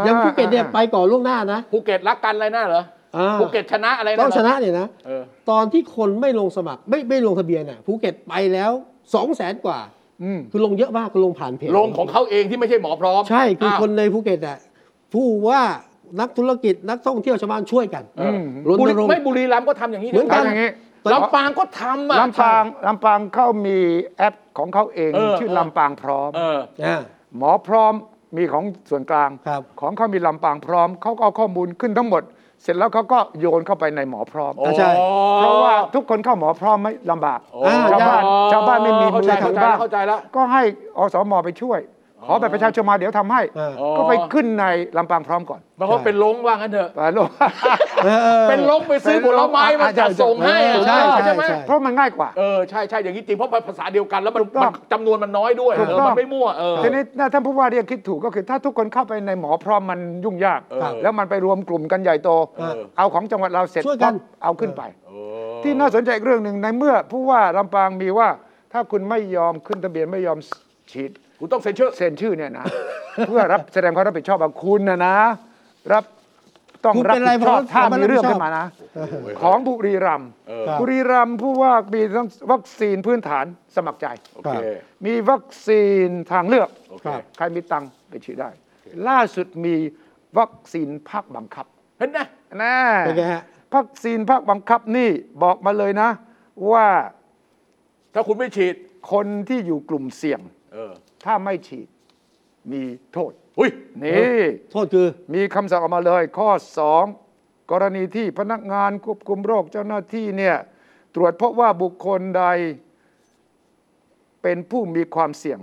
อย่างภูเก็ตเนี่ยไปก่อนล่วงหน้านะ
ภูเก็ตรักกันอะไรน่าเหรอ
อ่า
ภูเก็ตชนะอะไรนะ
ต้องชนะเนี่ยนะ
เออ
ตอนที่คนไม่ลงสมัครไม่ไม่ลงทะเบียนอ่ะภูเก็ตไปแล้วสองแสนกว่า
อืม
คือลงเยอะมากคือลงผ่านเพจ
ลงของเขาเองที่ไม่ใช่หมอพร้อม
ใช่คืออ
าว
คนในภูเก็ตอ่ะผู้ว่านักธุรกิจนักท่องเที่ยวชาวบ้านช่วยกัน
เออ
ร
บุ
ณ
รี
รงค์
ไม่บุรีรัมย์ก็ทำอย่างนี้
เหมือนกัน
ทำอย่างนี้
ลำปางก็ทำอ่ะ
ลำปางลำปางเขามีแอปของเขาเอง
เออ
ชื่อ
เออ
ลำปางพร้อม
เออ
อ่า
หมอพร้อมมีของส่วนกลาง
ครับ
ของเขามีลำปางพร้อมเขาก็เอาข้อมูลขึ้นทั้งหมด เสร็จแล้วเขาก็โยนเข้าไปในหมอพร้อม
โอ้
ใช่
เพราะว่าทุกคนเข้าหมอพร้อมไม่ลำบาก
โอ้
อ่า
ชาวบ้าน
ได้
ชาวบ้านไม่มี
เข้า
มื
ใจ
อ
เข้า
ถือ
ใจ
บ้าง
เข้าใจแล้ว
ก็ให้อสมไปช่วย ขอแบบประชาชนมาเดี๋ยวทำให้
อ่า
อ๋อ
ก็ไปขึ้นในลำปางพร้อมก่อน
บางคนเป็นลงว่างั้นเถอะ
ไปโลก
ออ
เป็นลงไปซื้อผลไม้มาจัดส่งให้อะ
ใช่ใช่
ใช่ไหม
ใช่
เพราะมันง่ายกว่า
เออใช่ใช่อย่างนี้จริงเพราะภาษาเดียวกันแล้วมัน
ถูกต้อง
มันจำนวนมันน้อยด้วย
ถูก
เออ
ต้อง
มันไม่มั่วเออ
ทีนี้ถ้าท่านผู้ว่าเรียกคิดถูกก็คือถ้าทุกคนเข้าไปในหมอพร้อมมันยุ่งยาก
เออ
แล้วมันไปรวมกลุ่มกันใหญ่โต
เออ
เอาของจังหวัดเราเสร็จ
ช่วยกัน
ปั๊บเอาขึ้นไป
เออ
ที่น่าสนใจอีกเรื่องหนึ่งในเมื่อผู้ว่าลำปางมีว่า ถ้าคุณไม่ยอมขึ้นทะเบียนไม่ยอมฉีด
กูต้องเซ็นชื่อ
เซ็นชื่อเนี่ยนะ เพื่อรับแสดงความรับผิดชอบของคุณนะนะ รับต้อง
คุณ
รับ
เป็นอะไร
ผิดชอบ
ผม
ถ้า
ผมไม่รับ
มี
ผิด
เรื่อง
ชอบ
ขึ้นมานะ ของบุรีรัมย์
เออ
ครับ
บุรีรัมย์ผู้ว่ามีทั้งวัคซีนพื้นฐานสมัครใจ
โอเค
มีวัคซีนทางเลือก
โอเค
ครับ
ใครมีตังค์ไปฉีดได้ ล่าสุดมีวัคซีนภาคบังคับ
เห็นนะ
แน่
เป็นไงฮะ
วัคซีนภาคบังคับนี่บอกมาเลยนะ ว่า
ถ้าคุณไม่ฉีด
คนที่อยู่กลุ่มเสี่ยง
เออ
ถ้าไม่ฉีดมีโทษ
อุ้ย
นี่
โทษคือ
มีคำสั่งออกมาเลยข้อ 2 กรณีที่พนักงานควบคุมโรคเจ้าหน้าที่เนี่ยตรวจพบว่าบุคคลใด เป็นผู้มีความเสี่ยง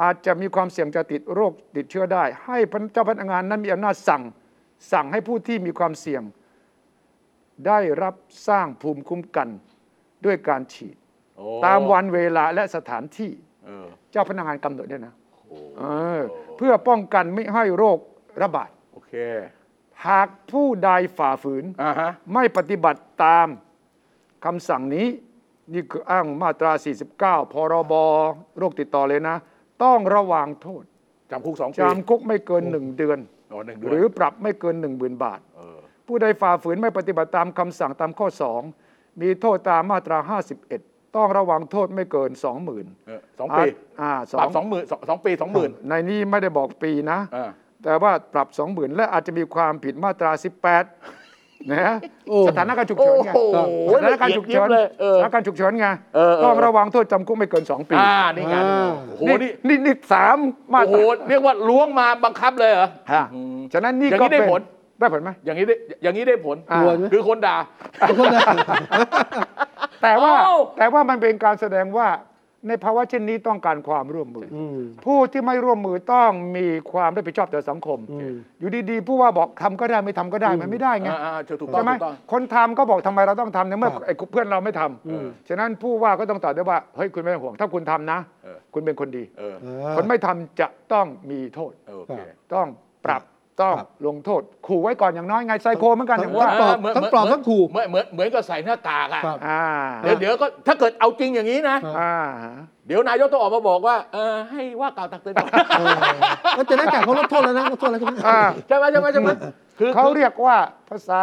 อาจจะมีความเสี่ยงจะติดโรคติดเชื้อได้ ให้พนักเจ้าพนักงานนั้นมีอำนาจสั่ง สั่งให้ผู้ที่มีความเสี่ยง ได้รับสร้างภูมิคุ้มกันด้วยการฉีด
โอ้
ตามวันเวลาและสถานที่
เออ
เจ้าพนักงานกำหนดด้วยนะเออเพื่อป้องกันไม่ให้โรคระบาด
โอเค
ห หากผู้ใดฝ่าฝืน
อ่าฮะ
ไม่ปฏิบัติตามคำสั่งนี้ นี่คืออ้างมาตรา 49 พรบโรคติดต่อเลยนะ ต้องระวังโทษ
จำคุกสองปี
จำคุกไม่เกิน 1 เดือน
อ๋อหนึ่งเดื
ห
น
รือปรับไม่เกิน 1,000 0 บาท
เออ
ผู้ใดฝ่าฝืนไม่ปฏิบัติตามคำสั่งตามข้อ 2 มีโทษตามมาตรา 51 ต้องระวังโทษไม่เกิน 20,000
เออสองปี
อ่าส
ป
อ
รั
ง
บสองหมื่นสองสองปีสองหมื่น
ในนี้ไม่ได้บอกปีนะ
อ่า
แต่ว่าปรับ 20,000 และอาจจะมีความผิดมาตรา 18 นะฮะ
โอ้
สถานการณ์ฉุกเฉินไง
โอ้โห
สถานการณ์ฉุกเฉิน
ละเอียดยิบเลยเออ
สถานการณ์ฉุกเฉินไง
เออเออ
ต้องระวังโทษจำคุกไม่เกิน 2 ปี
อ่านี่ไง
อ่า
โอ้โหนี่
นี่นี่สามมา
โอ้
ต
โห
รา
เรียกว่าล้วงมาบังคับเลยเหรอ
ฮะฉะนั้นนี่
อย่าง
ก็
นี้ได้
เป็น
ผล
ได้ผลไหม
อย่างนี้ได้อย่างนี้ได้ผล
อ่า
กลัวไหม
คือคนด่า
แต่ว่า
เอ้า
แต่ว่ามันเป็นการแสดงว่าในภาวะเช่นนี้ต้องการความร่วมมืออ
อืม
ผู้ที่ไม่ร่วมมือต้องมีความรับผิดชอบต่อสังคม
อืม
อยู่ดีๆผู้ว่าบอกทำก็ได้ไม่ทำก็ได้มันไม่ได้ไง
อ่าอ่าถูกต้อง
ใช่ไหม
ถูกต้อง
คนทำก็บอกทำไมเราต้องทำในเมื่อไอ้เพื่อนเราไม่ทำ
อืม
ฉะนั้นผู้ว่าก็ต้องตอบได้ว่าเฮ้ยคุณไม่ต้องห่วง ถ้าคุณทำนะ
เออ
คุณเป็นคนดี
เออ
คนไม่ทำจะต้องมีโทษ
เออโอเค
ต้องปรับต้อง
ครับ
ลงโทษ ขู่ไว้ก่อนอย่างน้อยไงไซโคเหมือนกันอย่างว่า
ทั้งปลอบทั้งปลอบทั้งขู่
เหมือนเหมือนเหมือนกับใส่หน้ากากอะ
ครับ
อ่า
เดี๋ยวเดี๋ยวก็ถ้าเกิดเอาจริงอย่างนี้นะ
อ่า
เดี๋ยวนายกต้องออกมาบอกว่าเออให้ว่ากล่าวตักเตือนก่อน
เออแล้วจะได้กลับเขาลดโทษแล้วนะลดโทษแล้วใช่ไหม
อ่า
ใช่ไหมใช่ไหมใช่ไหมคือ
เขาเรียกว่าภาษา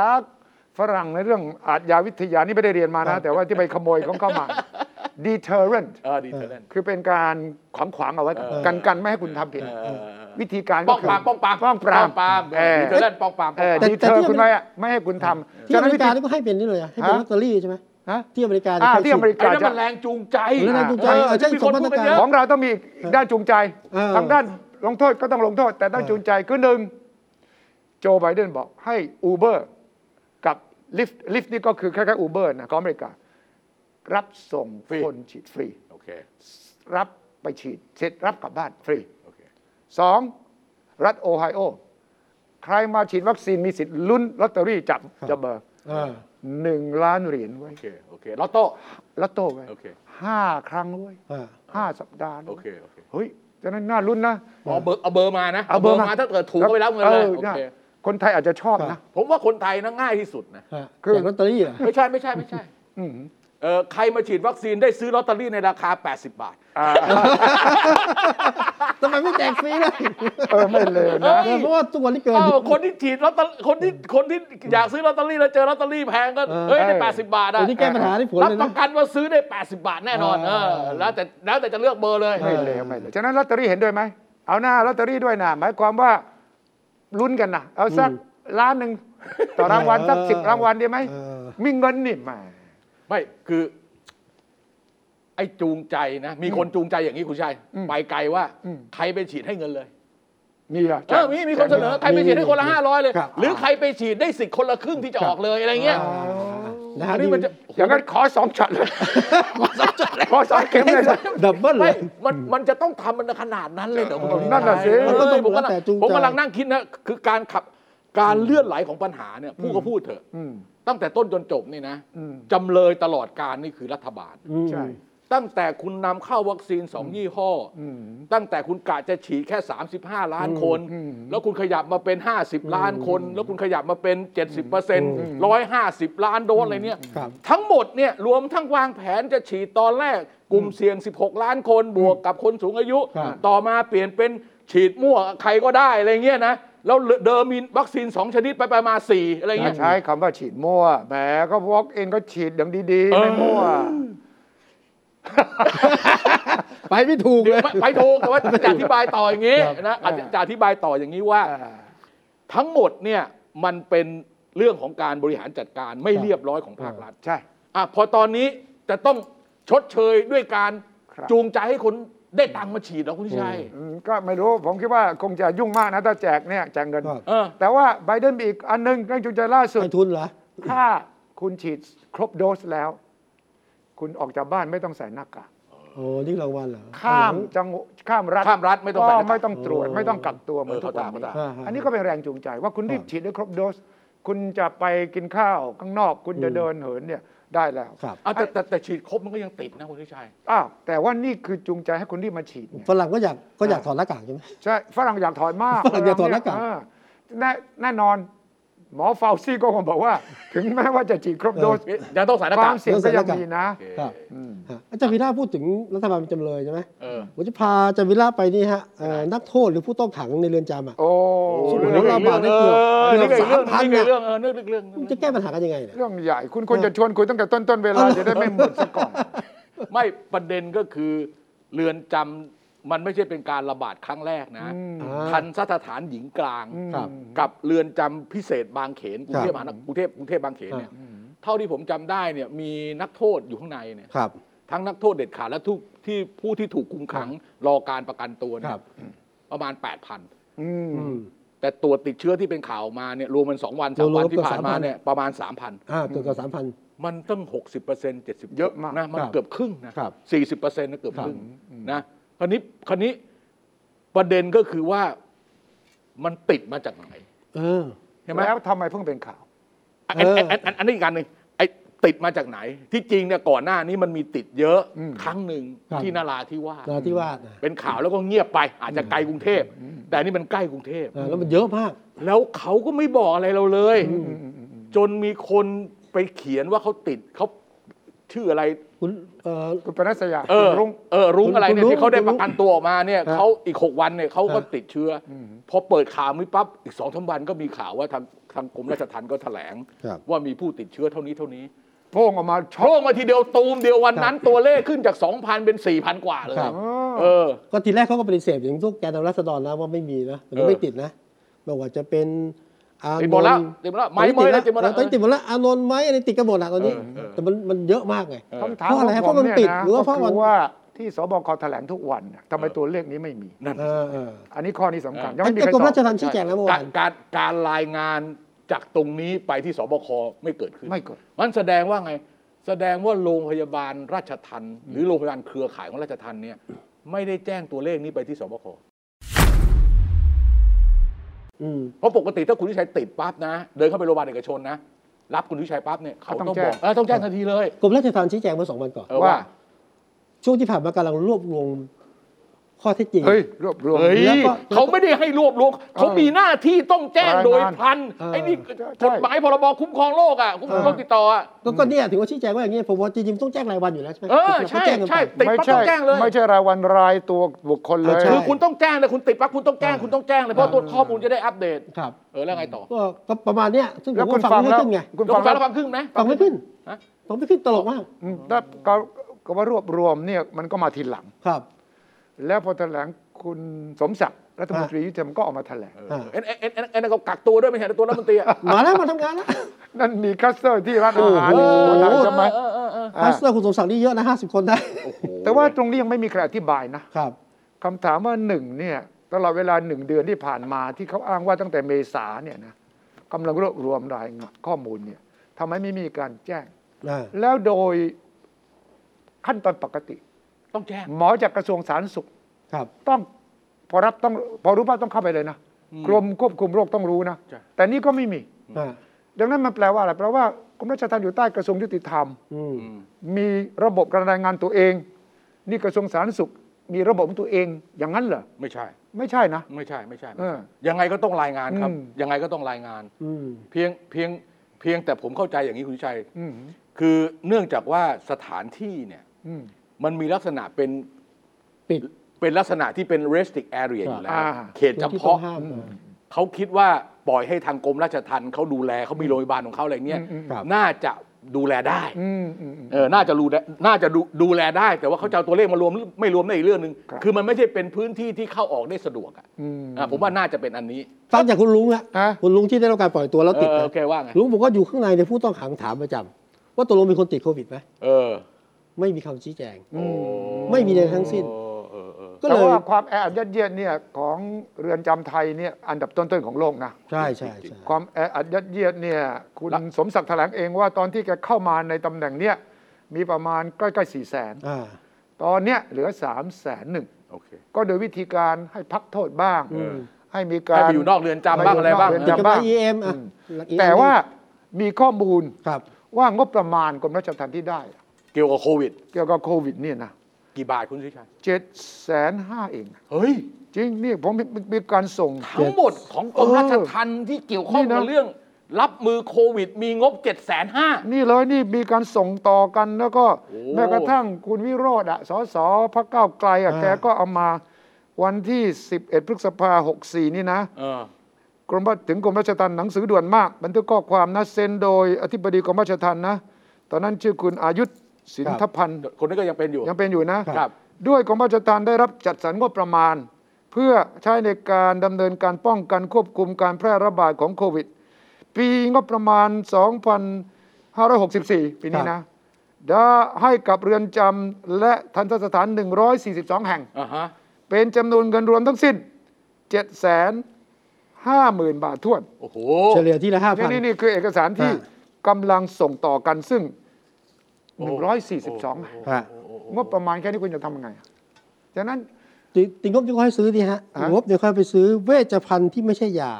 ฝรั่งในเรื่องอาทยาวิทยานี่ไม่ได้เรียนมานะ แต่ว่าที่ไปขโมยของเขามา deterrent
เออดีเท่านั้น
คือเป็นการขวางขวางๆเอาไว้ก่อน
เออ
กันกันไม่ให้คุณทำผิด
เออเออเออ
วิธีการ
ป้
ก็
อง
คื
ปรามป้องปราม
ป้องป
ป้
ราม
องปราม
เออ
ดีเทอร์เรนต์ป้องปราม
เออ
แต่
ดี
แต่
เธอ
ที่
ร์คุณไว้อะไม่ให้คุณทำ
ที่
ฉะ
อ
นั้
เม
นวิ
ริกา
ธี
นี่ก็ให้เป็นนี่เลยอะให้เป็น
ฮะ
ลอตเตอรี่ใช่ไหม
ฮะ
ที่อเมริกานี่
อ่า
ให้
ที่อเมริ
ไอ้
กา
นั่น
จะ
มันแรงจูงใจ
สิทธิ์หรือแรงจูงใจ
เออ
เออใช่
ที่มี
ส
ค
ม
น
มา
พู
ตร
ดกัน
การ
เยอะ
ของเราต้องมีอีกด้านจูงใจ
เออ
ทางด้านลงโทษก็ต้องลงโทษ แต่ด้านจูงใจคือหนึ่งโจไบเดนบอกให้อูเบอร์กับลิฟต์ลิฟต์นี่ก็คือคล้ายๆอูเบอร์นะของอเมริกา รับส่ง
ฟรี
คนฉีดฟรี
โอเค
รับไปฉีดเสร็จรับกลับบ้านฟรี
โอเค
สองรัฐโอไฮโอ ใครมาฉีดวัคซีนมีสิทธิ์ลุ้นลอตเตอรี่จับจะเบอร์
เออ
หนึ่งล้านเหรียญไว้
โอเค โอเคลอตโต้
ลอตโต้ไว้
โอเค
ห้าครั้งไว้
อ่า
ห้าสัปดาห์นะ
โอเค โอเค
เฮ้ยฉะนั้นน่าลุ้นนะ
เอาเบอร์เอาเบอร์มานะถ้าเกิดถูกเอาไปแล้วเงินเลย โอ
ได้
เค
คนไทยอาจจะชอบ
ครั
นะ
บ
ผมว่าคนไทยนะง่ายที่สุดนะ
ฮะ
คือ
แจกลอตเตอรี่เหรอ
ไม่ใช่ ไม่ใช่ ไม่ใช่
อืม
เออใครมาฉีดวัคซีนได้ซื้อลอตเตอรี่ในราคา 80 บาท
อ่า
ทำไมไม่แจกฟรีเลย
เออไม่เลย
เอ้
นะ
ย
เพราะว่าตัวนี้เกิน
เอ้าคนที่ฉีดลอตเตอรี่คนที่ คนที่อยากซื้อลอตเตอรี่แล้วเจอลอตเตอรี่แพงก็
เออ
เฮ้ยได้
เออ
80 บาทอะ
ตัวนี้แก้ปัญหาได้ผล
รับ
เลย
ป
นะ
ระกันว่าซื้อได้ 80 บาทแน่นอน เอ
เออ
อ แล้วแต่ แล้วแต่จะเลือกเบอร์เลย
ไม่เลยไม่เลยฉะนั้นลอตเตอรี่เห็นด้วยไหมเอาหน้าลอตเตอรี่ด้วยนะหมายความว่าลุ้นกันนะเอาสักล้านหนึ่งต่อรางวัลสัก
เออ
สิบรางวัลได้ไหม
เออ
มีเงินนี่แหมา
ไม่ คือ ไอ้จูงใจนะ มีคนจูงใจอย่างนี้คุณชัย
อืม
ไปไกลว่า
อืม
ใครไปฉีดให้เงินเลย
มีอะ
เออมีมีคนเสนอใครไปฉีดให้คนละห้าร้อยเลย
ครับ
หรือใครไปฉีดได้สิทธิ์คนละครึ่งที่จะออกเลยอะไรเงี้ย
นะ
อั
ฮะ
นนี่มันจะ
อย่างนั้นขอสองช็อตเลย
ขอสนใจเลย
ขอสองเข็มเลย
ดับเบิลเล
ไม่
ย
มันมันจะต้องทำมันขนาดนั้นเลยเหรอคุณ
เออ
ผู้ชม
นั่นน่ะสิ
เออผมกำลัง
แต่จูงใจ
ผมกำลังนั่งคิดนะคือการขับการเลื่อนไหลของปัญหาเนี่ยผู้ก็พูดเถอะ
อืม
ตั้งแต่ต้นจนจบนี่นะ
อืม
จำเลยตลอดการนี่คือรัฐบาล
อืม
ใช่
ตั้งแต่คุณนำเข้าวัคซีนสองยี่ห้ออ
ม
ตั้งแต่คุณกะจะฉีดแค่ 35 ล้านคน
อืม
แล้วคุณขยับมาเป็น 50 ล้านคน แล้วคุณขยับมาเป็น 70เปอร์เซ็นต์ร้อยห้าสิบล้านโดสอะไรเนี่ย
ครับ
ทั้งหมดเนี่ยรวมทั้งวางแผนจะฉีดตอนแรก กลุ่มเสี่ยง 16 ล้านคนบวกกับคนสูงอายุ
ครับ
ต่อมาเปลี่ยนเป็นฉีดมั่วใครก็ได้อะไรเงี้ยนะแล้วเดิมมีวัคซีน 2 ชนิดไปไปมาสี่อะไรเงี้ย
ใช้คำว่าฉีดมั่วแหมก็ walk in ก็ฉีดอย่างดีๆ ไม่มั่ว
ไปไม่ถูกเลย
ไม่ไปถูกแต่ว่าจะอธิบายต่ออย่างนี้
ครับ
นะอาจจะจะอธิบายต่ออย่างนี้ว่า ทั้งหมดเนี่ยมันเป็นเรื่องของการบริหารจัดการไม่เรียบร้อยของภาครัฐ
ใช่
อ่ะพอตอนนี้จะต้องชดเชยด้วยการ
ครับ
จูงใจให้คนได้ตังค์มาฉีดเหรอคุณชัย
อืมก็ไม่รู้ ผมคิดว่าคงจะยุ่งมากนะ ถ้าแจกเนี่ยแจกเงิน
ครับ
เออ
แต่ว่าไบเดนมีอีกอันหนึงเรื่องจูงใจล่าสุด
ไปทุนเหรอ
ถ้าคุณฉีดครบโดสแล้ว คุณออกจากบ้านไม่ต้องใส่หน้ากาก
โอ้นี่รางวัลเหรอ
ข้ามจังหวข้ามรัฐ
ข้ามรัฐไม่ต้องใส่หน้ากาก
ก็ไม่ต้องตรวจ ไม่ต้องกักตัวเหมือน
เออ
ทุกวัน
เข้า
นี้
ใจเข้าใจ
อันนี้ก็เป็นแรงจูงใจ ว่าคุณรี
ค
บ
รับ
ฉีดได้ครบโดส คุณจะไปกินข้าวข้างนอก คุณจะเดินเหินเนี่ยได้แล้ว
ครับ
เอาแต่แต่แต่ฉีดครบมันก็ยังติดนะคุณชัย
อ้าวแต่ว่านี่คือจูงใจให้คุณรีบมาฉีดไง
ฝรั่งก็อยากก็อยากถอดหน้ากากใช่ไหม
ใช่ฝรั่งอยากถอนมาก
ฝรั่งอยากถอนหน้ากาก
เออแน่แน่นอน หมอฟาวซี่ก็คงบอกว่า ถึงแม้ว่าจะฉีดครบโดส
ยังต้องใส่หน้ากาว
คาก มเสี่ยงก็ยังมีนะ
โอเค
ครับ
อืม
ฮะอาจารย์วีระพูดถึงรัฐบาลเป็นจำเลยใช่ไหม
เออ
ผมจะพาอาจารย์วีระไปนี่ฮะเอ่อนักโทษหรือผู้ต้องขังในเรือนจำอ่ะ
โอ้
โอ้
โห
เรื่อง
เรื่อง
เรื่อง
เรื่
เอ
อง
อ
เรื่อ
นี่
ง
ก็อีก
สามพัน
เรื่องนี่ก็อีกเรื่องเออเรื่องเรื่อง
มันจะแก้ปัญหากันยังไงเนี่ย
เรื่องใหญ่ คุณควรจะชวนคุยตั้งแต่ต้นๆเวลาจะได้ไม่หมดซะก่อน
ไม่ประเด็นก็คือเรือนจำมันไม่ใช่เป็นการระบาดครั้งแรกนะ
อืม
ทันสถานหญิงกลาง
อืม
ครับ
กับเรือนจำพิเศษบางเขนกรุงเท
ค
พ
รับ
มหานครกรุงเทพกรุงเทพบางเขนเนี่ย
อ่
เท่าที่ผมจำได้เนี่ยมีนักโทษอยู่ข้างในเนี่ย
ครับ
ทั้งนักโทษเด็ดขาดและทุกที่ผู้ที่ถูกคุมขังรอการประกันตัว
ค
เนี่
รั
ย
บ
ประมาณ 8,000
อืม
อืม
แต่ตรวจติดเชื้อที่เป็นข่าวมาเนี่ยรวมมันสองวันสาม
รว
วัน
มๆ
ที่ผ่าน
เกือบ
มา
3,000
เนี่ยประมาณ
อ่าตัวจเกับสามพัน
3,000 มันตั้ง 60% 70
เยอะมาก
นะมัน
ครับ
เกือบครึ่งนะครับ 40%นะเกือบ
ครับ
ครึ่งนะคราวนี้คราวนี้ประเด็นก็คือว่ามันติดมาจากไหน
เออ
ใช่ไหม
แล้วทำไมเพิ่งเป็นข่าว
อันอัน
เออ
อันอันอันนี้อีกอันหนึ่งไอ้ติดมาจากไหน ที่จริงเนี่ยก่อนหน้านี้มันมีติดเยอะ
อืม
ครั้งหนึ่ง
ครับ
ที่นาราธิวาส
นาที่วาดนะ
เป็นข่าวแล้วก็เงียบไป อาจจะไกลกรุงเทพ แต่อันนี่มันใกล้กรุงเทพ
อ่าแล้วมันเยอะมาก
แล้วเขาก็ไม่บอกอะไรเราเลย จนมีคนไปเขียนว่าเขาติดเขาชื่ออะไร
คุณเอ่อ
คุณปนัสยา
เอ
คุ
อ
ณรุ่ง
เออรุ้งอะไรเนี่ย
คุณรุ้ง
ที่เขาได้ประกันตัวออกมาเนี่ย
ฮะ
เขาอีกหกวันเนี่ยเขาก็
ฮะ
ติดเชื้ออพอเปิดข่าวมิปั๊บอีกสองสามวันก็มีข่าวว่าทางทางกรมราชทัณฑ์ก็แถลง
ครับ
ว่ามีผู้ติดเชื้อเท่านี้เท่านี้
โพ่งออกมา
โชคมาทีเดียวตูมเดียววันนั้นตัวเลขขึ้นจาก 2,000 เป็น 4,000 กว่าเลย
ครับ
เออ
ก็ทีแรกเขาก็ปฏิเสธอย่างพวกแกนนำรัษฎรนะว่าไม่มีนะแต่ก็ไม่
เออ
ติดนะไม่ว่าจะเป็นอานน
ติด
ท์
หมดแล้วติดหมดแล้ว
ตอ
ไม้
นนี้
เม
ติด
ย
แล้
แล้ว วติดหมดแล้ว
ตอนนี้ติดหมดแล้วอานนท์ไม้อะไรติดกันหมดละตอนนี้
เออเออ
แต่มันมันเยอะมากไง
เออ
คำถาม
เพราะอะไร
ขง
เพราะมัน
นี่ย
ติดหรือว่าเพราะ
ก็
มัน
คืว่าที่สบคแถลงทุกวันน่ะทำไมตัวเลขนี้ไม่มี
นั่น
เออเออ
อันนี้ข้อนี้สำคัญยัง
อัน
ไม่มี
แต่
ใคร
กรม
ตอ
ราช
บ
ทัณฑ์ชี้แจงแล้วเมื่อ
การ
วาน
การการรายงานจากตรงนี้ไปที่สบคไม่เกิดขึ้น
ไม่เกิด
มันแสดงว่าไง แสดงว่าโรงพยาบาลราชทันหรือโรงพยาบาลเครือข่ายของราชทันเนี่ยไม่ได้แจ้งตัวเลขนี้ไปที่สบค
อืม
เพราะปกติถ้าคุณวิชัยติดปั๊บนะ เดินเข้าไปโรงพยาบาลเอกชนนะ รับคุณวิชัยปั๊บเนี่ยเขา
เขาต้
ต้อ
อ
ง ง
แจ้
บ
ง
อกเออต้องแจ้งทันทีเลย
กรมราชทัณฑ์ชี้แจงเมื่อสองวันก่อน
เออ
ว่า
ว่า
ช่วงที่ผ่านมากำลังรวบรวมข้อเท็จจริง
เฮ้ย รวบรวม
เฮ้ย
แล้วก็
เขาไม่ได้ให้รวบรวมเขามีหน้าที่ต้องแจ้ง
รายงาน
โดยพัน
เออ
ไอ้นี่ก
ใช่
ฎหมายพรบคุ้มครองโรคอ่ะคุ้มครองโรคติดต่ออ่ะ
ก็ก็เนี่ยถึงว่าชี้แจงว่าอย่างเงี้ยผมว่าจริงๆต้องแจ้งรายวันอยู่แล้วใช่ไหม
เออ
ก็
ใช่
แจ้งกันไป
ใช่ติดปั๊บต้องแจ้งเลย
ไม่ใช่รายวันรายตัวบุคคลเลย
ใช่
คือคุณต้องแจ้งเลยคุณติดปั๊บคุณต้องแจ้ง
เออ
คุณต้องแจ้งเลยเพราะ
เออ
ตัวข้อมูลจะได้อัปเดต
ครับ
เออแล้วไงต่อ
ก็ก็ประมาณเนี้ยซึ่งผ
แล้ว
ม
คุ
ก็
ณ
ฟัง
ฟัง
ไม่
แล้ว
ขึ้นไง
คุณ
แล้ว
ฟั
คุณฟังควา
งแล้ว
มครึ่งไหม
ฟังไม่ขึ้น
ฮะ
ฟังไม่ขึ้นตลกมาก
อืมแล้วก็ก็ว่ารวบรวมเนี่ยมันก็มาทีหลัง
ครับ
แล้วพอแถลงคุณสมศักดิ์รัฐมนตรียุติธรรมก็ออกมาแถลง
อ่า
เอ็นเอ็นเอ็นเอ็นเอ็นเขากักตัวด้วยไม่ใช่เหรอตัวรัฐมนตรีอ่ะ
มาแล้วมาทำงานแล้ว
นั่นมีคลัสเตอร์ที่ร้านอาหาร
โอ้
ใน
โห
สุโขทัยใช่ไหม
เออเออเออ
พา
อ่า
สเตอร์คุณสมศักดิ์นี่เยอะนะห้าสิบคนได้
แต่ว่าตรงนี้ยังไม่มีใครอธิบายนะ
ครับ
คำถามว่าหนึ่งเนี่ยตลอดเวลาหนึ่งเดือนที่ผ่านมาที่เขาอ้างว่าตั้งแต่เมษาเนี่ยนะกำลังรวบรวมรายงานข้อมูลเนี่ยทำไมไม่มีการแจ้ง
อ่า
แล้วโดยขั้นตอนปกติ
ต้องแจ้ง
หมอจากกระทรวงสาธารณสุข
ครับ
ต้องพอรับต้องพอรู้ว่าต้องเข้าไปเลยนะกรมควบคุมโรคต้องรู้นะ
จ้ะ
แต่นี่ก็ไม่มี
อ่า
ดังนั้นมันแปลว่าอะไรแปลว่ากรมราชทัณฑ์อยู่ใต้กระทรวงยุติธรรม
อืม
มีระบบการรายงานตัวเอง นี่กระทรวงสาธารณสุข มีระบบของตัวเอง อย่างนั้นเหรอ
ไม่ใช่
ไม่ใช่นะ
ไม่ใช่ไม่ใช่ไม่
เอ
ใช่
อ
ยังไงก็ต้องรายงานครับ
อืม
ยังไงก็ต้องรายงาน
อืม
เพียงเพียงเพียงแต่ผมเข้าใจอย่างนี้คุณชัย
อืม
คือเนื่องจากว่าสถานที่เนี่ย
อืม
มันมีลักษณะเป็น
ปิด
เป็นลักษณะที่เป็น restrict area อยู่แล้ว
อ่า
เขต
ตัว
เฉ
ที่ต้อ
พาะ
งห้ามอ่า
เขาคิดว่าปล่อยให้ทางกรมราชทัณฑ์เขาดูแลเขามีโรงพยาบาลของเขาอะไรเงี้ย
อืมครับ
น่าจะดูแลได้
อืมอืมอืม
เออน่าจะรู้ได้น่าจะดูดูแลได้ แต่ว่าเขาจะเอาตัวเลขมารวมหรือไม่รวมในนอีกเรื่องหนึ่ง
ครับ
คือมันไม่ใช่เป็นพื้นที่ที่เข้าออกได้สะดวกอะ
อืม
อ่ะผมว่าน่าจะเป็นอันนี้
ฟังจากคุณลุงละ
ฮะ
คุณลุงที่ได้รับการปล่อยตัวแล้ว
เอ
ติด
อ
นะ
โอเคว่าไง
ลุงบอกว่าอยู่ข้างในในยผู้ต้องขังถามประจำว่าตกลงมีคนติดโควิดไหม
เออ
ไม่มีคำชี้แจง
โอ้
ไม่มีใดทั้งสิ้น
เออเออเออ
ก็
แต่
เลย
ว่าความแออัดยัดเยียดเนี่ยของเรือนจำไทยเนี่ยอันดับต้นๆของโลกนะ
ใช่ใช่ใช่
ความแออัดยัดเยียดเนี่ยคุณสมศักดิ์แถลงเองว่าตอนที่แกเข้ามาในตำแหน่งเนี่ยมีประมาณใกล้ๆสี่แสน
อ่า
ตอนเนี้ยเหลือสามแสนหนึ่ง
โอเค
ก็โดยวิธีการให้พักโทษบ้าง
อืม
ให้มีกา
ให้
ร
ไปอยู่นอกเรือนจำบ้างอะไรบ้าง
ไปอยู่นอกเรือน
ติด
จ
กับ
บ้าง
เอ็มอ่ะหลัก EM
แต่ว่ามีข้อมูล
ครับ
ว่างบประมาณกรมราชทัณฑ์ที่ได้
เกี่ยวกับโควิด
เกี่ยวกับโควิดเนี่ยนะ
กี่บาทคุณสุชัย
เจ็ดแสนห้าเอง
เฮ้ย
จริงนี่ผมมีมีการส่ง
ทั้งหมดของกรมราชทัณฑ์ที่เกี่ยวข้อง
นี่
กั
นะ
บเรื่อง รับมือโควิด มีงบ 7 5 0 0 0
นี่เลยนี่มีการส่งต่อกันแล้วก็
โอ้
แม้กระทั่งคุณวิโรธอะสสพระเก้าวไกลอะ
อ่า
แกก็เอามาวันที่ 11 พฤษภา64 นี่นะ
เออก
รมราชถึงกรมราชทัณฑ์หนังสือด่วนมาก บันทึกข้อความนะเซ็นโดยอธิบดีกรมราชทัณฑ์นะ ตอนนั้นชื่อคุณอายุธสินทพันธ์
คนนี้ก็ยังเป็นอยู่
ยังเป็นอยู่นะ
ครับ
ด้วยกรมราชทัณฑ์ได้รับจัดสรรงบประมาณ เพื่อใช้ในการดำเนินการป้องกันควบคุมการแพร่ระบาดของโควิด ปีงบประมาณ 2,564 ปีนี้นะได้ให้กับเรือนจำและทันตสถาน 142 แห่ง
อ่าฮะ
เป็นจำนวนเงินรวมทั้งสิ้น 7 5 0 0 0 0 บาทถ้วน
โอ้โห
เฉลี่ยที่ละห้าพัน
นี่นี่นี่คือเอกสารที่
อ่า
กำลังส่งต่อกันซึ่ง
โอ้
142แห่งงบประมาณแค่นี้คุณจะทำยังไงอะฉะนั้น
ติงงบจะค่อยซื้อดีฮะ
ฮะ
งบจะค่อยไปซื้อเวชภัณฑ์ที่ไม่ใช่ยา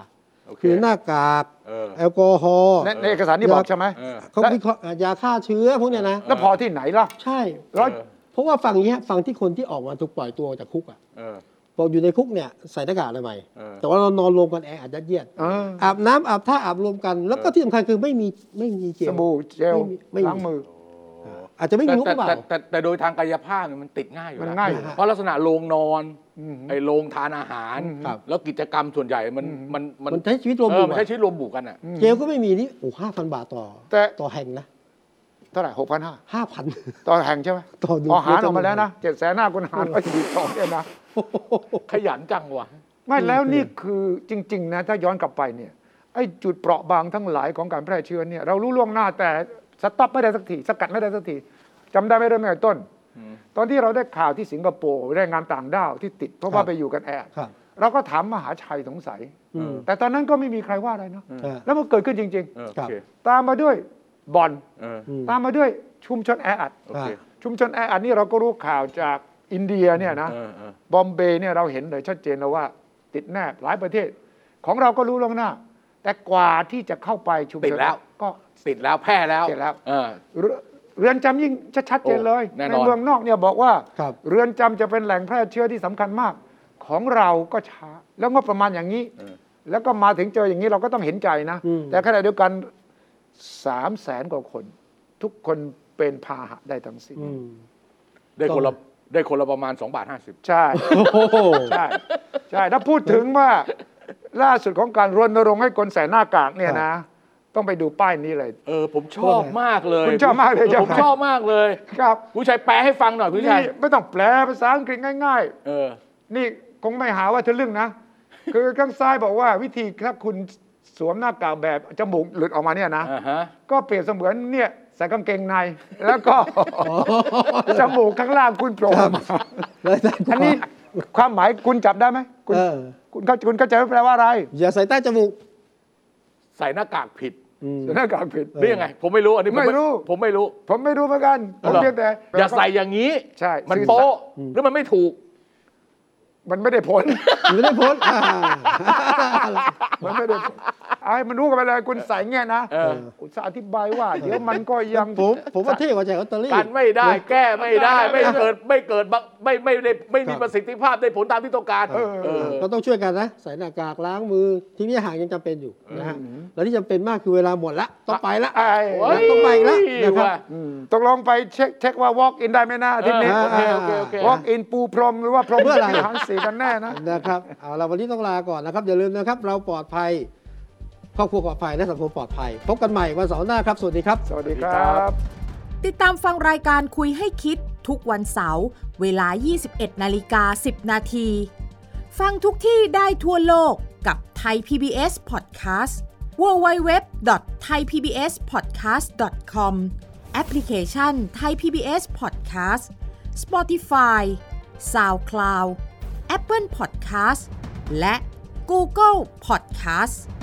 โอเค
คือหน้ากาก
เออ
แอลกอฮอล์
ในในเอกสารนี่บอกใช่ไหม
เออ
เขา
และ
วิเคราะห์อ่ะยาฆ่าเชื้อพวกเนี้ยนะ
แล้วพอที่ไหนล่ะ
ใช่
ร้อย
เออ
เพราะว่าฝั่งเนี้ยฝั่งที่คนที่ออกมาถูกปล่อยตัวจากคุกอ่ะ
เออ
บอกอยู่ในคุกเนี่ยใส่หน้ากากอนามัย
เออ
แต่ว่าเรานอนรวมกันแออัดยัดเยียด
เออ
อาบน้ำอาบท่าอาบรวมกัน แล้วก็ที่สำคัญคือไม่มีไม่มีเจล
สบู่เจล
ไม่มี
ล้างมือ
อาจจะไม่มีงบ
แต่
เปล่า
แต่แต่แต่แต่โดยทางกายภาพเนี่ยมันติดง่ายอยู่
มัน
แล้ว
ง่ายอยู่
เพราะลักษณะโรงนอน
อืม
ไอ้โรงทานอาหาร
ครับ
แล้วกิจกรรมส่วนใหญ่มันมัน
มันใช้ชีวิตรวม
เอ
กั
อน มันใช้ชีวิตรวมบุกกันอ่ะ
เจลก็ไม่มีนี่โอ้ห้าพันบาทต่อ
แต่
ต่อแห่งนะ
เท่าไหร่หกพันห้า
ห้าพัน
ต่อแห่งใช่ไหม
ต่อดู
หารออกมาแล้วนะเจ็ดแสนหน้าคุณหารไปสี่สองเนี่ยนะ
ขยันจังว่ะ
ไม่แล้วนี่คือจริง ๆ นะ ถ้าย้อนกลับไปเนี่ยไอ้จุดเปราะบางทั้งหลายของการแพร่เชื้อเนี่ยเรารู้ล่วงหน้าแต่สต็อปไม่ได้สักทีสกัดไม่ได้สักทีจำได้ไหม่เริ่มต้น ตอนที่เราได้ข่าวที่สิงคโปร์แรงงานต่างด้าวที่ติด เพราะว่า
ครับ
ไปอยู่กันแอบ
ครับ
เราก็ถามมหาชัยสงสัย
อืม
แต่ตอนนั้นก็ไม่มีใครว่าอะไรเนาะ
อ่า
แล้วมันเกิดขึ้นจริง
เออ
ค
โอ
รับ
เค
ๆ ตามมาด้วยบ่อน
เออ
อืม
ตามมาด้วยชุมชนแออัด
โอเค
ชุมชนแออัดนี่เราก็รู้ข่าวจากอินเดียเนี่ยนะ
เออเออบ
อมเบย์เนี่ยเราเห็นเลยชัดเจนแล้วว่า ติดแนบหลายประเทศ ของเราก็รู้ล่วงหน้า แต่กว่าที่จะเข้าไปชุมชนก็
ติดแล้วแพร่แล้ว
ติดแล้ว
เออ
เรืเรือนจำยิ่งชัดๆเจนเลย
โอ้แน่น
ใน
อน
เมืองนอกเนี่ยบอกว่า
ครับ
เรือนจำจะเป็นแหล่งแพร่เชื้อที่สำคัญมาก ของเราก็ช้า แล้วงบประมาณอย่างนี้ แล้วก็มาถึงเจออย่างนี้เราก็ต้องเห็นใจนะ
อืม
แต่ขณะเดียวกันสามแสนกว่าคน ทุกคนเป็นพาหะได้ทั้งสิ้น
อืม
ได้คน
ต้
ละ
อง
ได้คนละประมาณ2บาท50
ใช่
โอ้โห
ใช่ใช่ถ้าพูดถึงว่าล่าสุดของการรณรงค์ให้คนใส่หน้ากากเนี่ยนะ ต้องไปดูป้ายนี้เลย
เออผมชอบมากเลย
คุณชอบมากเลยใช่ไหม
ผมชอบมากเลย
ครับ
ผู้ชายแปลให้ฟังหน่อยผู้
นี่
ชาย
ไม่ต้องแปลภาษาอังกฤษง่าย
เออ
ๆ นี่คงไม่หาว่าทะลึ่งนะ คือข้างซ้ายบอกว่าวิธีถ้าคุณสวมหน้ากากแบบจมูกหลุดออกมาเนี่ยนะ
อ่าฮะ
ก็เปรียบเสมือนเนี่ยใส่กางเกงใน แล้วก็จมูกข้างล่างคุณโปร่งออกมา
เลยแต่
อันนี้ความหมายคุณจับได้ไหมคุณ
เออ
คุณเข้าคุณเข้าใจว่าแปลว่าอะไร
อย่าใส่ใต้จมูก
ใส่หน้ากากผิด
อืม
ใส่หน้ากากผิด
เออ
ได้ยังไง ผมไม่รู้อันนี้ผ
ไม่รู้
ผมไม่รู้
ผมไม่รู้เหมือนกันผม
เหรอ
เพียงแต่
อย่าใส่อย่างนี้
ใช่
มัน
ซื่อสัตย์
โป๊ะหรือมันไม่ถูก
มันไม่ได้ผ ล
อยู่ได้พ้น อ่า
มันไม่ได้ผลไอ้มันรู้กันไปเลยคุณใส่เงี้ยนะ
เออ
คุณจะอธิบายว่า เดี๋ยวมันก็ยัง
ผมผมว่าเท่กว่าแจกลอตเตอรี่
กันไม่ได้ แก้ไม่ได้ ไม่เกิดไม่เกิดบังไม่ไม่ได้ไม่
ค
มี
รับ
ประสิทธิภาพได้ผลตามที่ต้องการ
เออ
เออ
เราต้องช่วยกันนะ ใส่หน้ากากล้างมือทิ้งห่างยังจำเป็นอยู่นะฮะแล้วที่จำเป็นมากคือเวลาหมดละต้องไปละ
ไอ้
โอ้ย
ต้องไปอีกละนะครับ
ว่ะ
อืมตกลงไปเช็คเช็คว่า walk in ได้ไหมนะอาทิตย์นี้
เออ
โอเคโอเคโอเค
walk in ปูพรมหรือว่าพรม
เพื่ออะไร
หารสีกันแน่นะ
นะครับเอาเราวันนี้ต้องลาก่อนนะครับอย่าลืมนะครับ เราปลอดภัยครอบครัวปลอดภัยและสังคมปลอดภัยพบกันใหม่วันเสาร์หน้าครับ สวัสดีครับ
สวัสดีครับ
ติดตามฟังรายการคุยให้คิดทุกวันเสาร์เวลา 21นาฬิกา10 นาที ฟังทุกที่ได้ทั่วโลกกับ t h a i PBS Podcast www.thaipbspodcast.com แอปพลิเคชัน t h a i PBS Podcast Spotify SoundCloud Apple Podcast และ Google Podcast